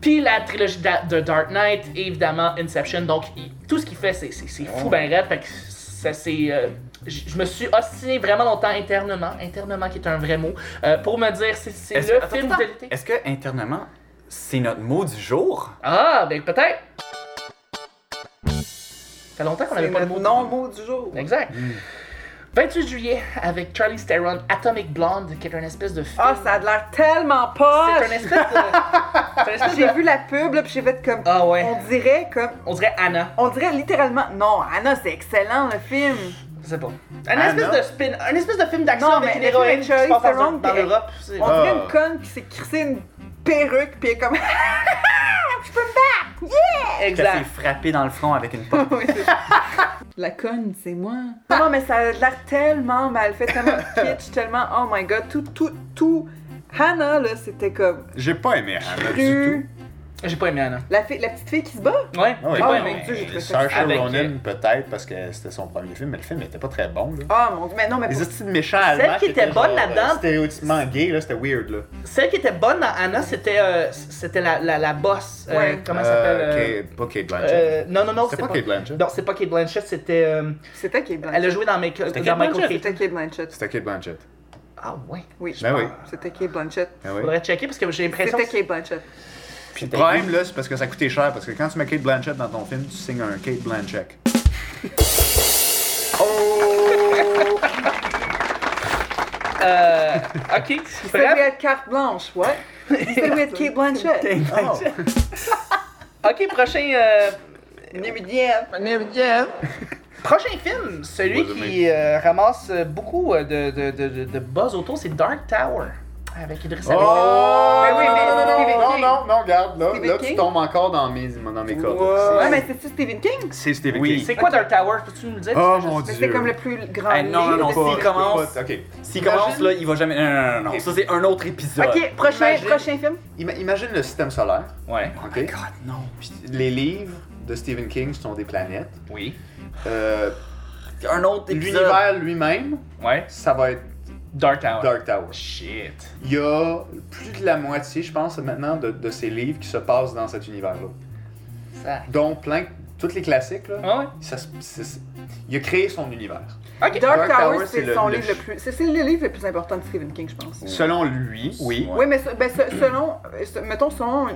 Puis la trilogie da- de Dark Knight, et évidemment Inception. Donc, il- tout ce qu'il fait, c'est c'est- c'est fou, ben raide. Fait que ça, c'est. euh, j- je me suis ostiné vraiment longtemps internement, internement qui est un vrai mot, euh, pour me dire c'est- c'est
Est-ce
le
attends,
film
attends.
de l'été.
Est-ce que internement, c'est notre mot du jour?
Ah, ben peut-être. Ça fait longtemps
C'est
qu'on n'avait pas le mot.
notre non-mot du jour.
Exact. 28 juillet, avec Charlie Theron, Atomic Blonde, qui est une espèce de film.
Ah, ça a l'air tellement poche!
c'est un espèce de. c'est un espèce
J'ai
de-
vu la pub, là, puis j'ai fait comme...
Ah ouais.
On dirait comme...
On dirait Anna.
On dirait littéralement... Non, Anna, c'est excellent, le film!
Je sais pas. Un
Ah,
espèce
non.
de spin, un espèce de film d'action
Non,
avec
mais
une
le film
héroïne
avec
qui se
Charlize
passe dans,
Theron,
un- dans
puis-
l'Europe. c'est-
On
Ah.
dirait une conne qui s'est crissée une perruque, puis elle est comme... Je peux me battre! Yeah!
Qu'elle s'est
Exact.
frappée dans le front avec une porte.
Oui, c'est ça. La conne, c'est moi. Non, non, mais ça a l'air tellement mal fait, tellement kitsch, tellement oh my god, tout, tout, tout. Hannah, là, c'était comme
J'ai pas aimé Hannah Ah, du
cru.
tout.
J'ai pas aimé Anna.
La, fille- la petite fille qui se bat?
Ouais,
Ah ouais,
j'ai
oh
pas
mon
aimé.
dieu, j'ai trouvé ça.
Saoirse
Avec, euh,
Ronan, peut-être, parce que c'était son premier film, mais le film n'était pas très bon. Là.
Ah mon dieu, mais non, mais
Les
pour-
hosties de méchants
Celle
allemands
qui était
étaient genre,
bonne là-dedans.
euh, Stéréotypement gay, là, c'était weird. là.
Celle qui était bonne dans Anna, c'était euh, c'était la, la, la boss. euh,
Ouais.
comment elle s'appelle euh,
Euh, Kate- Pas Kate Blanchett.
euh, Non, non, non.
C'était pas Kate Blanchett.
Non, c'est pas Kate Blanchett, c'était. euh,
c'était Kate
elle a
Blanchett.
joué dans, Make-
C'était
dans
Kate
Michael
Blanchett.
Keaton.
C'était Kate Blanchett.
C'était Kate Blanchett.
Ah ouais.
Oui.
Ben oui.
C'était Kate Blanchett.
Ah oui.
Faudrait checker parce que j'ai l'impression.
C'était
que
Kate Blanchett.
Puis le problème, là, c'est parce que ça coûtait cher. Parce que quand tu mets Kate Blanchett dans ton film, tu signes un Kate Blanchett.
Euh, ok.
C'était
Bref.
être carte blanche, ouais. C'était être Kate Blanchett.
Oh.
Ok, prochain. euh,
Numéro 10.
Prochain film, celui
Résumé.
qui euh, ramasse beaucoup euh, de, de, de, de- de buzz autour, c'est Dark Tower avec Idris Elba.
Oh!
Ben oui, mais
non,
Stephen
non,
King.
non, non, regarde, là,
Stephen
là
King.
tu tombes encore dans mes, dans mes cordes.
Ouais.
Ouais, mais c'est-tu Stephen King?
C'est c'est Stephen
Oui.
King.
C'est quoi Dark Tower Peux-tu nous le dire
Oh mon
Mais
dieu.
c'est comme le plus grand
Eh, non, non,
livre
non,
de
pas-
Stephen
je peux
commence.
Ok.
S'il commence là, il va jamais. Non, non, non, non, non. Ça, c'est un autre épisode. Oh
Ok, prochain,
Imagine-
prochain film.
Ima- imagine le système solaire.
Ouais.
Ok.
Oh my God, non.
Puis Les livres de Stephen King sont des planètes.
Oui.
Euh,
Un autre épisode.
L'univers lui-même,
Ouais.
ça va être
Dark Tower.
Dark Tower.
Shit.
Il y a plus de la moitié, je pense, maintenant, de, de ces livres qui se passent dans cet univers-là.
Ça.
Donc, plein, tous les classiques, là,
Ah ouais.
ça se- c'est- c'est- il a créé son univers.
Ok.
Dark Tower,
Tower,
c'est
c'est
son
le-
livre
le-
le plus. C'est c'est le livre le plus important de Stephen King, je pense.
Selon lui, oui.
Oui, mais ce- ben, ce- selon, euh, ce- mettons, selon,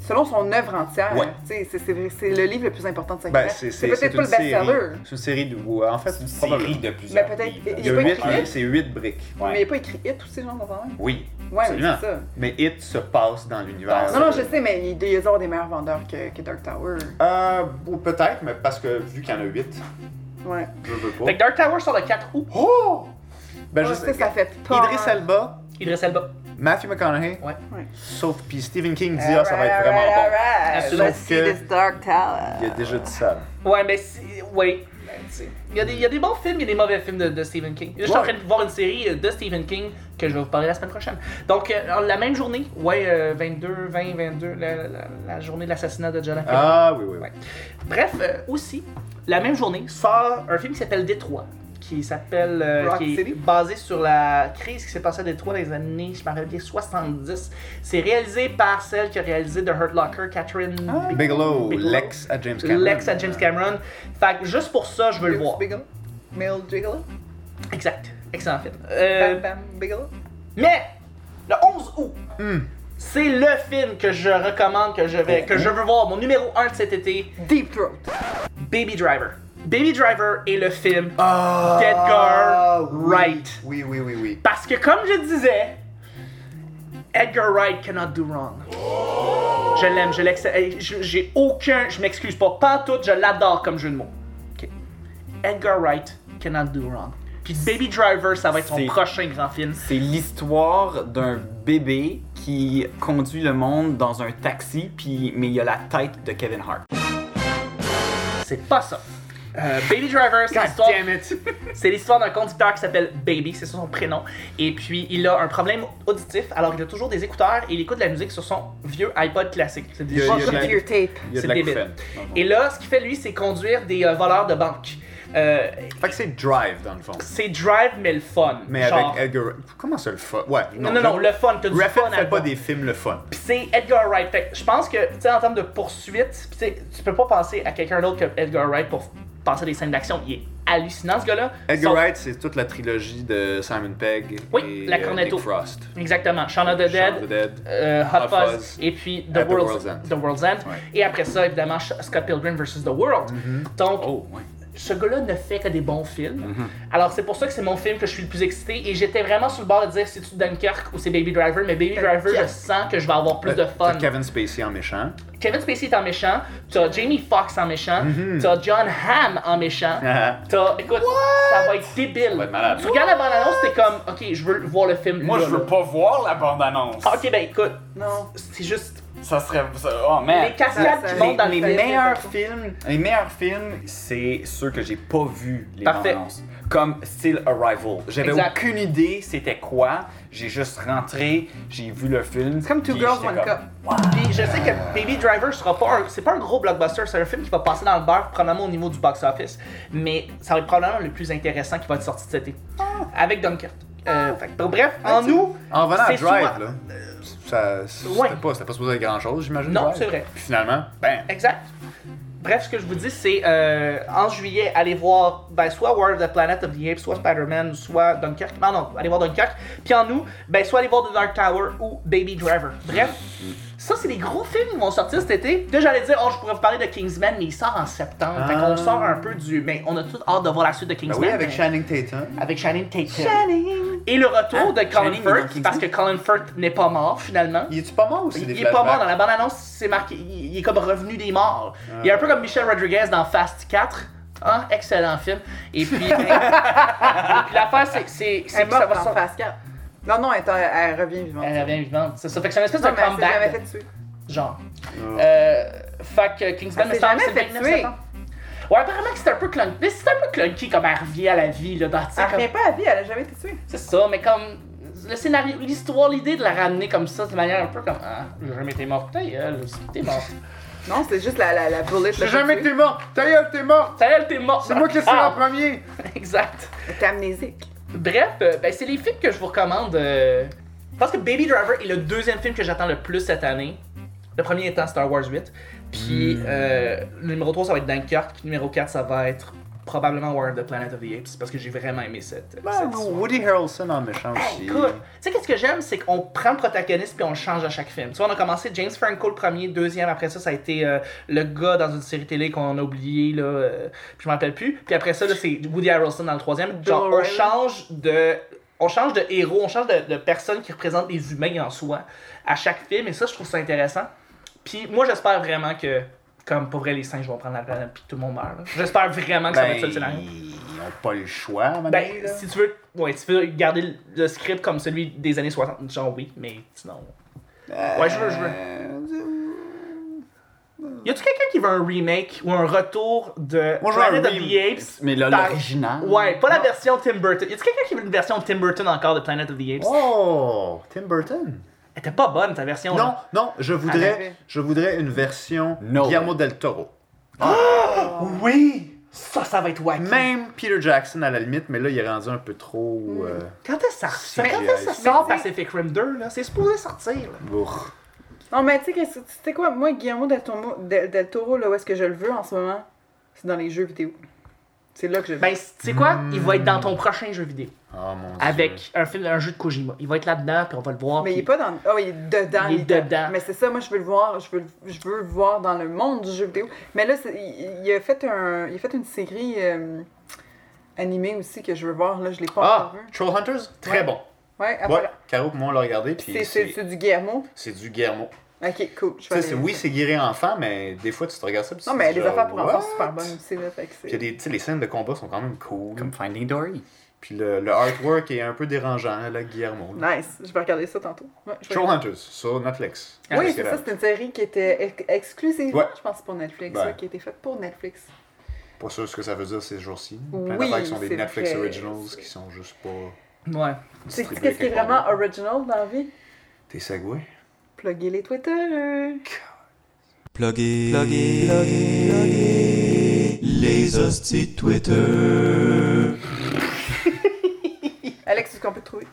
selon son œuvre entière,
Ouais.
tu sais, c'est c'est vrai, c'est le livre le plus important de sa
Ben,
carrière.
c'est
c'est
c'est- c'est
peut-être pas
une
le best-seller,
série. C'est une série de. ou, En fait,
C'est une
probablement.
série de
mais
plusieurs.
peut-être.
livres.
il-
Il
Il
y
est
a
pas
huit livres,
écrit,
c'est huit briques.
mais il n'est pas écrit It aussi, genre, avant même.
Oui.
Ouais, mais
Absolument.
c'est ça.
Mais It se passe dans l'univers.
Non, non, je sais, mais il doit y avoir des meilleurs vendeurs que, que Dark Tower.
Euh, ou peut-être, mais parce que vu qu'il y en a 8,
Ouais.
je veux pas.
Fait que Dark Tower sort le 4 août.
Oh! Ben,
Je
je
sais,
sais.
ça fait peur.
Idris Elba,
Idris Elba.
Matthew McConaughey,
Ouais.
Ouais.
sauf puis Stephen King dit ah, ça va être vraiment bon.
Absolument.
Let's see
Que-
this Dark Tower.
Il a déjà dit ça.
Ouais, mais c'est. Ouais. Ben, tu sais. Il y, a des, il y a des bons films, il y a des mauvais films de, de Stephen King. Je suis en
Ouais.
train de voir une série euh, de Stephen King que je vais vous parler la semaine prochaine. Donc, euh, alors, la même journée, ouais, euh, 22, 20, 22, la, la- la- la journée de l'assassinat de Jonathan.
Ah oui, oui, oui.
Ouais. Bref, euh, aussi, la même journée sort un film qui s'appelle Détroit, qui s'appelle. euh,
Rock
qui est
City?
basé sur la crise qui s'est passée à Détroit dans les années, je me rappelle bien, 70. C'est réalisé par celle qui a réalisé The Hurt Locker, Catherine
Ah,
Big-
Bigelow,
Bigelow.
l'ex à James Cameron.
Lex à James Cameron. Fait que juste pour ça, je veux le voir.
Bigelow. Mel Bigelow.
Exact. Excellent film. Euh,
Bam Bam Bigelow.
mais, le 11 août,
Hmm.
c'est le film que je recommande, que je, vais, que je veux voir, mon numéro 1 de cet été,
Deep Throat.
Baby Driver. Baby Driver est le film
Ah,
Edgar
oui.
Wright.
Oui, oui, oui, oui.
Parce que comme je disais, Edgar Wright cannot do wrong. Je l'aime, je l'excelle. je- J'ai aucun. Je m'excuse pas. Pas tout, je l'adore comme jeu de mots. Ok. Edgar Wright cannot do wrong. Puis Baby Driver, ça va être son
C'est-
prochain grand film.
C'est l'histoire d'un bébé qui conduit le monde dans un taxi, puis mais il y a la tête de Kevin Hart.
C'est pas ça. Euh, Baby Driver, c'est l'histoire. C'est l'histoire d'un conducteur qui s'appelle Baby, c'est son prénom. Et puis, il a un problème auditif, alors il a toujours des écouteurs et il écoute de la musique sur son vieux iPod classique. C'est des
Il y a- il y a
Oh,
de
j'ai
la-
vu your tape.
Il y a de
C'est
la
débile.
couffaine.
Et là, ce qu'il fait, lui, c'est conduire des euh, voleurs de banque. Euh,
Fait que c'est Drive, dans le fond.
c'est drive, mais le fun.
Mais
Genre-
avec Edgar Comment ça, le fun? Ouais.
Non, non, non,
je-
le fun, t'as du
Raphaël
fun à
fait pas
voir.
des films le fun.
Puis c'est Edgar Wright. Fait que je pense que, tu sais, en termes de poursuite, pis tu sais, tu peux pas penser à quelqu'un d'autre que Edgar Wright pour penser à des scènes d'action. Il est hallucinant, ce gars-là.
Edgar
Son-
Wright, c'est toute la trilogie de Simon Pegg
Oui,
et
la
euh,
Cornetto.
Nick Frost.
Exactement. Shaun of the
Shaun
Dead.
of the Dead.
euh, Hot,
Hot
Fuzz,
Fuzz.
et puis The,
At the
World's,
World's End.
The World's End.
Ouais. Mm-hmm.
Et après ça, évidemment, Sh- Scott Pilgrim vs. The World. Donc,
Oh, ouais.
ce gars-là ne fait que des bons films.
Mm-hmm.
Alors, c'est pour ça que c'est mon film que je suis le plus excité. Et j'étais vraiment sur le bord de dire c'est-tu Dunkirk ou c'est Baby Driver. Mais Baby Driver, je
Dunkirk.
sens que je vais avoir plus
Euh, T'as-
de fun.
t'as Kevin Spacey en méchant.
Kevin Spacey est en méchant. T'as Jamie Foxx en méchant.
Mm-hmm.
T'as John Hamm en méchant.
Ah.
T'as. Écoute, ça va être débile.
va être malade.
Tu regardes la bande-annonce, t'es comme, ok, je veux voir le film.
Moi,
là,
je veux
là.
pas voir la bande-annonce.
Ah, Ok, ben écoute,
Non.
c'est juste.
Ça serait. ça- Oh, man.
Les cascades
ça-
qui
ça-
montent dans le
les
film.
meilleurs films, les meilleurs films, c'est ceux que j'ai pas vus les
Parfait.
bandes-annonces. comme style Arrival. J'avais
Exact.
aucune idée c'était quoi. J'ai juste rentré, j'ai vu le film.
Comme Two
puis
Girls,
j'étais
One
comme,
Cup.
Puis je sais que Baby Driver sera pas un, c'est pas un gros blockbuster, c'est un film qui va passer dans le beurre probablement au niveau du box office, mais ça va être probablement le plus intéressant qui va être sorti de cet été avec Dunkirk. Euh, fait que, bref, en nous,
En venant à
c'est
Drive,
souvent-
là, ça, c'était
Ouais.
pas, c'était pas supposé être grand-chose, j'imagine.
Non,
Drive.
c'est vrai.
Puis finalement, ben, bam!
Exact. Bref, ce que je vous dis, c'est euh, en juillet, allez voir ben, soit War of the Planet of the Apes, soit Spider-Man, soit Dunkirk. Non, non, allez voir Dunkirk. Puis en nous, ben, soit allez voir The Dark Tower ou Baby Driver. Bref, ça, c'est des gros films qui vont sortir cet été. Là, j'allais dire, oh, je pourrais vous parler de Kingsman, mais il sort en septembre. Fait qu'on sort un peu du. Mais on a tout hâte de voir la suite de
Ben
Kingsman.
oui, avec
mais-
Channing Tatum.
Avec Shannon Tatum.
Channing!
Et le retour
Hein?
de Colin
Channing est dans
Firth,
Kingsman?
parce que Colin Firth n'est pas mort finalement.
Il est-tu pas mort ou c'est
Il,
des
il est pas mort
flashbacks?
dans la bande-annonce, c'est marqué, il, il est comme revenu des morts. Il est un peu comme Michel Rodriguez dans Fast 4. Hein? Excellent film. Et puis, ben, et puis l'affaire, c'est que c'est c'est
Elle est
que ça
morte
va
dans
sortir.
Fast 4. Non, non, elle, est- elle revient vivante.
Elle revient vivante. C'est ça. Fait que c'est une espèce
Non,
de
mais elle s'est jamais fait
comeback.
tuer.
Genre. Euh, fait que Kingsman,
Elle
mais
s'est
ça,
jamais
c'est le
fait
29
tuer.
septembre. Ouais, apparemment que c'est un peu clunky. Mais c'est un peu clunky comme elle revient à la vie, là. dans- tu sais,
Elle
comme-
revient pas à vie, elle a jamais été tuée.
C'est ça, mais comme. Le scénario, l'histoire, l'idée de la ramener comme ça, de manière un peu comme. Ah, j'ai jamais été morte. Ta gueule, t'es morte.
Non, c'est juste la, la, la bullet.
J'ai jamais que t'es mort! Ta gueule, t'es mort!
Ta gueule, t'es morte.
C'est moi qui l'ai su
Ah.
en premier!
Exact.
T'es amnésique.
Bref, euh, ben, c'est les films que je vous recommande. euh. Je pense que Baby Driver est le deuxième film que j'attends le plus cette année. Le premier étant Star Wars 8. Puis
Hmm.
euh, le numéro 3, ça va être Dunkirk. Puis le numéro 4, ça va être probablement War of the Planet of the Apes. Parce que j'ai vraiment aimé cette.
Ben,
cette
Woody Harrelson en méchant aussi.
Ah,
Ben,
Écoute, tu sais, qu'est-ce que j'aime, c'est qu'on prend le protagoniste puis on le change à chaque film. Tu vois, on a commencé James Franco le premier, deuxième, après ça, ça a été euh, le gars dans une série télé qu'on a oublié, là, euh, puis je m'en rappelle plus. Puis après ça, là, c'est Woody Harrelson dans le troisième. Genre, on
O'Reilly.
change de. On change de héros, on change de, de personne qui représente les humains en soi à chaque film, et ça, je trouve ça intéressant. Puis moi, j'espère vraiment que, comme pour vrai, les singes vont prendre la planète puis que tout le monde meurt. là. J'espère vraiment que ça va être Ah, ça le scénario.
ils ont pas le choix, à un moment donné,
Ben,
là.
si tu veux, ouais, si tu veux garder le- le script comme celui des années 60, genre oui, mais sinon. Ouais, je veux, je veux.
Euh,
Y a-tu quelqu'un qui veut un remake ou un retour de
Moi, je veux un
Planet of
rem-
the Apes
Mais là,
par-
l'original.
Ouais,
Ah.
pas la version Tim Burton. Y a-tu quelqu'un qui veut une version Tim Burton encore de Planet of the Apes
Oh! Tim Burton!
Elle était pas bonne ta version.
Non,
là.
non, je
Ah,
voudrais,
ben,
Arrêtez.
je voudrais une version
No.
Guillermo del Toro.
Oui Ça, ça va être wacky.
Même Peter Jackson à la limite, mais là, il est rendu un peu trop.
Mm.
euh,
Quand est-ce que ça ressort
CGI.
Quand est-ce que ça sort Pacific Rim 2 là C'est supposé sortir là.
bourre.
Non, mais tu sais, qu'est-ce- tu sais quoi, moi, Guillermo del Toro, del, del Toro, là, où est-ce que je le veux en ce moment? C'est dans les jeux vidéo. C'est là que je le veux.
Ben, tu sais quoi Il va être dans ton prochain jeu vidéo.
Oh mon dieu.
Avec un film, un jeu de Kojima. Il va être là-dedans, puis on va le voir.
mais il
puis-
est pas dans. Oh, il est dedans.
Il est
littéralement.
dedans.
Mais c'est ça, moi, je veux le voir. Je veux, le- je veux le voir dans le monde du jeu vidéo. Mais là, c'est- il, il a fait un, il a fait une série euh, animée aussi que je veux voir. Là, je l'ai pas
Ah!
encore vue.
Trollhunters, très bon.
Ouais, ah,
Ouais,
voilà.
Caro pour moi, on l'a regardé, puis
C'est- C'est
c'est
c'est du Guillermo.
c'est du Guillermo.
Ok, cool. Je
Tu
vais aller-
sais, c'est- oui, c'est guéri enfant, mais des fois, tu te regardes ça, puis
Non,
tu
mais
te
les
dis,
affaires pour
genre,
enfants
What?
sont super bonnes aussi, là. Fait que
Puis
c'est.
il y a des, tu sais, les scènes de combat sont quand même cool.
Comme Finding Dory.
Puis le, le artwork est un peu dérangeant, là, Guillermo. là.
Nice. Je vais regarder ça tantôt. Ouais, je vais
Trollhunters sur Netflix.
Oui,
Parce
c'est
que
ça,
là,
c'est une série qui était ex- exclusivement,
Ouais. Ben.
je pense, pour Netflix,
Ouais.
ouais, qui a été faite pour Netflix.
Pas sûr ce que ça veut dire ces jours-ci.
Oui,
Plein d'affaires qui sont des
c'est
Netflix
vrai.
Originals qui sont juste pas.
Ouais.
C'est qu'est-ce
distribuées
qui est
quelque part
vraiment
d'autre.
original dans la vie?
Tes segways.
Pluguez les Twitter!
Plugger, plugger, plugger, plugger, les hosties de Twitter.
Alex, est-ce qu'on peut te trouver?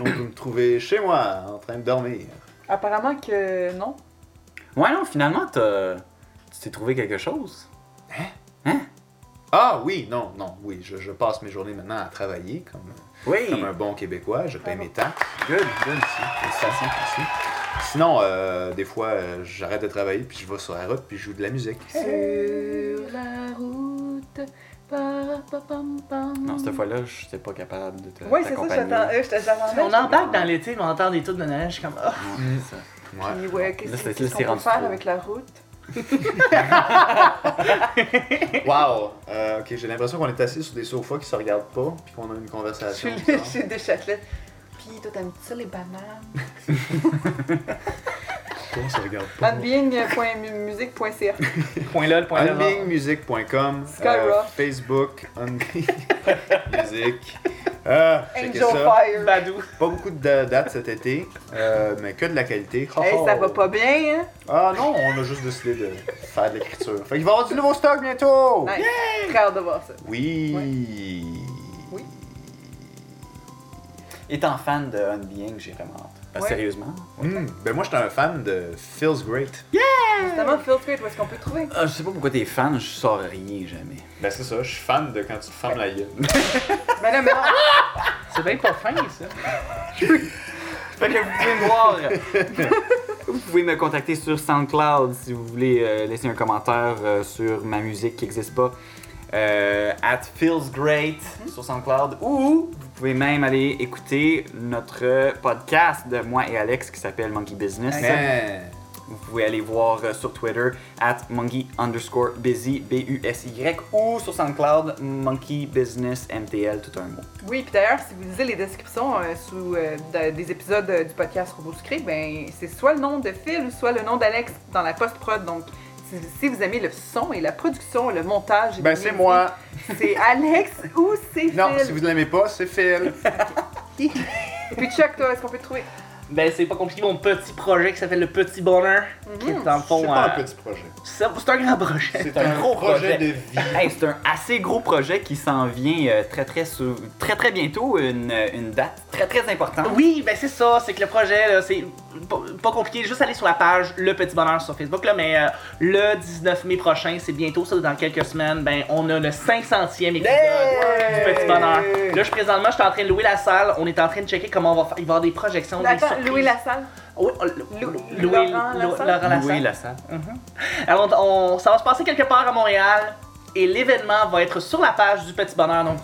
On peut me trouver chez moi, en train de dormir.
Apparemment que non.
Ouais, non, finalement, t'as- tu t'es trouvé quelque chose.
Ah oui, non, non, oui, je, je passe mes journées maintenant à travailler comme,
Oui.
comme un bon Québécois, je paie
Bravo.
mes taxes.
Good, good, si.
Félicitations, merci. Sinon, euh, des fois, euh, j'arrête de travailler, puis je vais sur la route, puis je joue de la musique.
Eh, Sur la route, pa, pa, pam, pam.
Non, cette fois-là, je n'étais pas capable de te
Oui, c'est ça,
t'accompagner.
j'attends- euh, je t'attendais.
On embarque dans l'été, mais on entend des trucs de neige comme. Ah.
Ouais, c'est ça.
Ouais.
Puis, ouais, qu'est-ce
Là, c'est-
qu'est-ce
là,
qu'on
c'est
peut
rendu
faire
trop.
avec la route?
Wow! Euh, ok, j'ai l'impression qu'on est assis sur des sofas qui se regardent pas, puis qu'on a une conversation.
Je suis des châtelettes. Puis, toi, t'aimes-tu ça, les bananes?
Pourquoi on se regarde pas?
euh, Unbeing.music.ca.
.lol.lol.
Unbeingmusic.com,
Skyrock.
euh, Facebook, Unbeingmusic. Ah,
Angel
checkez ça.
Fire.
Badou.
Pas beaucoup de da- dates cet été, euh, mais que de la qualité. Oh,
Hey, ça va pas bien, hein?
Ah non, on a juste décidé de faire de l'écriture. Fait qu'il va y avoir du nouveau stock bientôt!
Nice. Très hâte de voir ça.
Oui!
Oui.
Étant fan de Unbeing, j'ai vraiment hâte. Ben,
Ouais.
Sérieusement?
Hmm, ben moi, j'étais un fan de Feels Great.
Justement, Filtrate, où est-ce qu'on peut te trouver?
Ah, je sais pas pourquoi t'es fan, je sors rien jamais.
Ben c'est ça, je suis fan de quand tu te fermes la gueule.
Mais là, mais non,
C'est bien pas fin, ça.
Fait que vous pouvez me voir. vous pouvez me contacter sur SoundCloud si vous voulez euh, laisser un commentaire euh, sur ma musique qui n'existe pas. Euh, at Feels Great sur SoundCloud. Ou vous pouvez même aller écouter notre podcast de moi et Alex qui s'appelle Monkey Business.
Mais...
Vous pouvez aller voir euh, sur Twitter at monkey underscore busy, B-U-S-Y, ou sur SoundCloud, monkey business, MTL, tout un mot.
Oui, puis d'ailleurs, si vous lisez les descriptions euh, sous euh, de- des épisodes euh, du podcast Robot Sucré, ben c'est soit le nom de Phil ou soit le nom d'Alex dans la post-prod. Donc, si, si vous aimez le son et la production, le montage... et
Ben
les
c'est
musiques,
moi!
C'est Alex ou c'est Phil.
Non, si vous ne l'aimez pas, c'est Phil!
Et puis Chuck, toi, est-ce qu'on peut te trouver?
Ben, c'est pas compliqué, mon petit projet qui s'appelle Le Petit Bonheur, qui est dans le fond.
C'est pas un
euh,
petit projet.
C'est c'est un grand projet.
C'est un gros projet de vie.
Hey, c'est un assez gros projet qui s'en vient euh, très très sou- très très bientôt, une, euh, une date très très importante.
Oui, ben c'est ça, c'est que le projet, là, c'est pas- pas compliqué, juste aller sur la page Le Petit Bonheur sur Facebook, là, mais euh, le 19 mai prochain, c'est bientôt ça, dans quelques semaines, ben on a le 500e épisode
Hey!
du Petit Bonheur. Là, je présentement, je suis en train de louer la salle, on est en train de checker comment on va faire, il va y avoir des projections, des
Attends,
surprises.
Louis Lassalle.
Oui, on-
Lou- Laurent
louer, Lou-
Lassalle?
Laurent Lassalle.
Louer la salle.
Alors, on, on- ça va se passer quelque part à Montréal et l'événement va être sur la page du Petit Bonheur. Donc,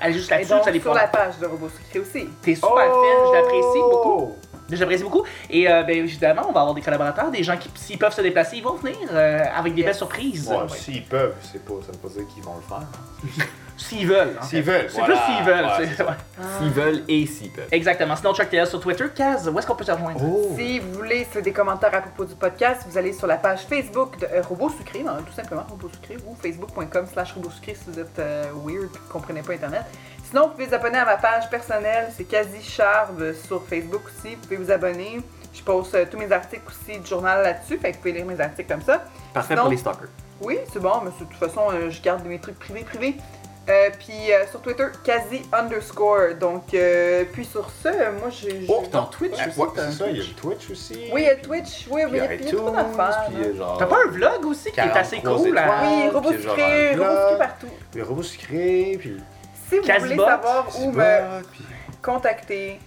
allez juste
Et
là-dessus,
donc,
vous allez
sur
pouvoir.
la page de Robot Sucré aussi.
T'es super fine, je l'apprécie beaucoup.
Oh!
J'apprécie beaucoup. Et euh, ben, évidemment, on va avoir des collaborateurs, des gens qui, s'ils peuvent se déplacer, ils vont venir euh, avec des
Yes.
belles surprises.
Ouais,
Ouais.
S'ils peuvent, c'est pas, ça veut pas dire qu'ils vont le faire.
S'ils veulent. en
S'ils
fait.
veulent,
C'est
voilà.
plus s'ils veulent.
Ouais,
c'est-
c'est ça.
ouais.
S'ils veulent et s'ils peuvent.
Exactement. Sinon, Chuck TS sur Twitter. Kaz, où est-ce qu'on peut te rejoindre?
Oh!
Si vous voulez c'est des commentaires à propos du podcast, vous allez sur la page Facebook de euh, Robot Sucré, non, tout simplement Robot Sucré, ou facebook.com slash Robot Sucré si vous êtes euh, weird et que vous comprenez pas Internet. Sinon, vous pouvez vous abonner à ma page personnelle, c'est quasi charbe euh, sur Facebook aussi. Vous pouvez vous abonner. Je poste euh, tous mes articles aussi du journal là-dessus, fait que vous pouvez lire mes articles comme ça.
Parfait
Sinon-
pour les stalkers.
Oui, c'est bon, mais de toute façon, euh, je garde mes trucs privés, privés. Euh, puis euh, sur Twitter, quasi underscore. Donc, euh, puis sur ce, euh, moi, j'ai... j'ai-
Oh, ton Twitch
Ouais,
aussi, t'as un
c'est ça, il y a
Twitch.
le Twitch aussi.
Oui, il y a Twitch, oui,
puis
mais il y a- il y a trop d'affaires.
puis
là.
euh, genre...
T'as pas un vlog aussi qui est assez
43
cool? hein?
étoiles.
Oui,
Ah,
robot
puis genre
sucré,
un
robot
blog.
sucré partout.
Puis robot sucré, puis...
Si vous voulez
Casbot,
savoir où me
Spot, puis
contacter,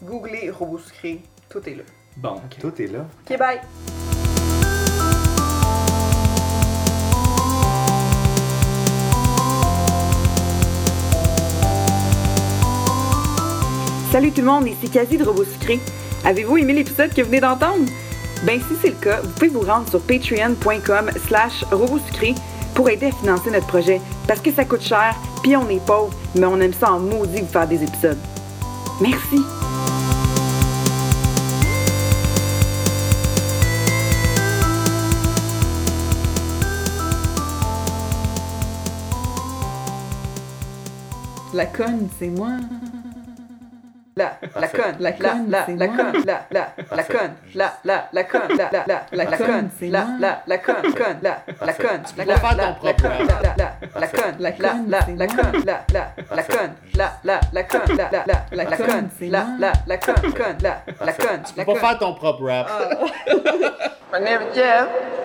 googlez robot sucré, tout est là.
Bon, ok.
Tout est là.
Ok, bye! Salut tout le monde, ici Cassie de Robot Sucré. Avez-vous aimé l'épisode que vous venez d'entendre? Ben si c'est le cas, vous pouvez vous rendre sur patreon.com slash sucré pour aider à financer notre projet, parce que ça coûte cher, puis on est pauvre, mais on aime ça en maudit vous faire des épisodes. Merci! La conne, c'est moi. La, la
Parfait.
conne, la, conne, la, la conne, la, la, la
Parfait.
conne, la, la, la conne, la, la, la, la, la conne, la, la, la conne, conne, la, la
Parfait.
conne,
Tu
la,
peux
la,
pas faire
la,
ton
la
propre,
conne, la, la, la, la conne, la, la, la, la conne, la, la, la
Parfait.
conne, la, la, la conne, la, la, la, la, la conne, la, la, la conne, conne, la, la conne, la conne.
ton propre rap.
My name is Jeff.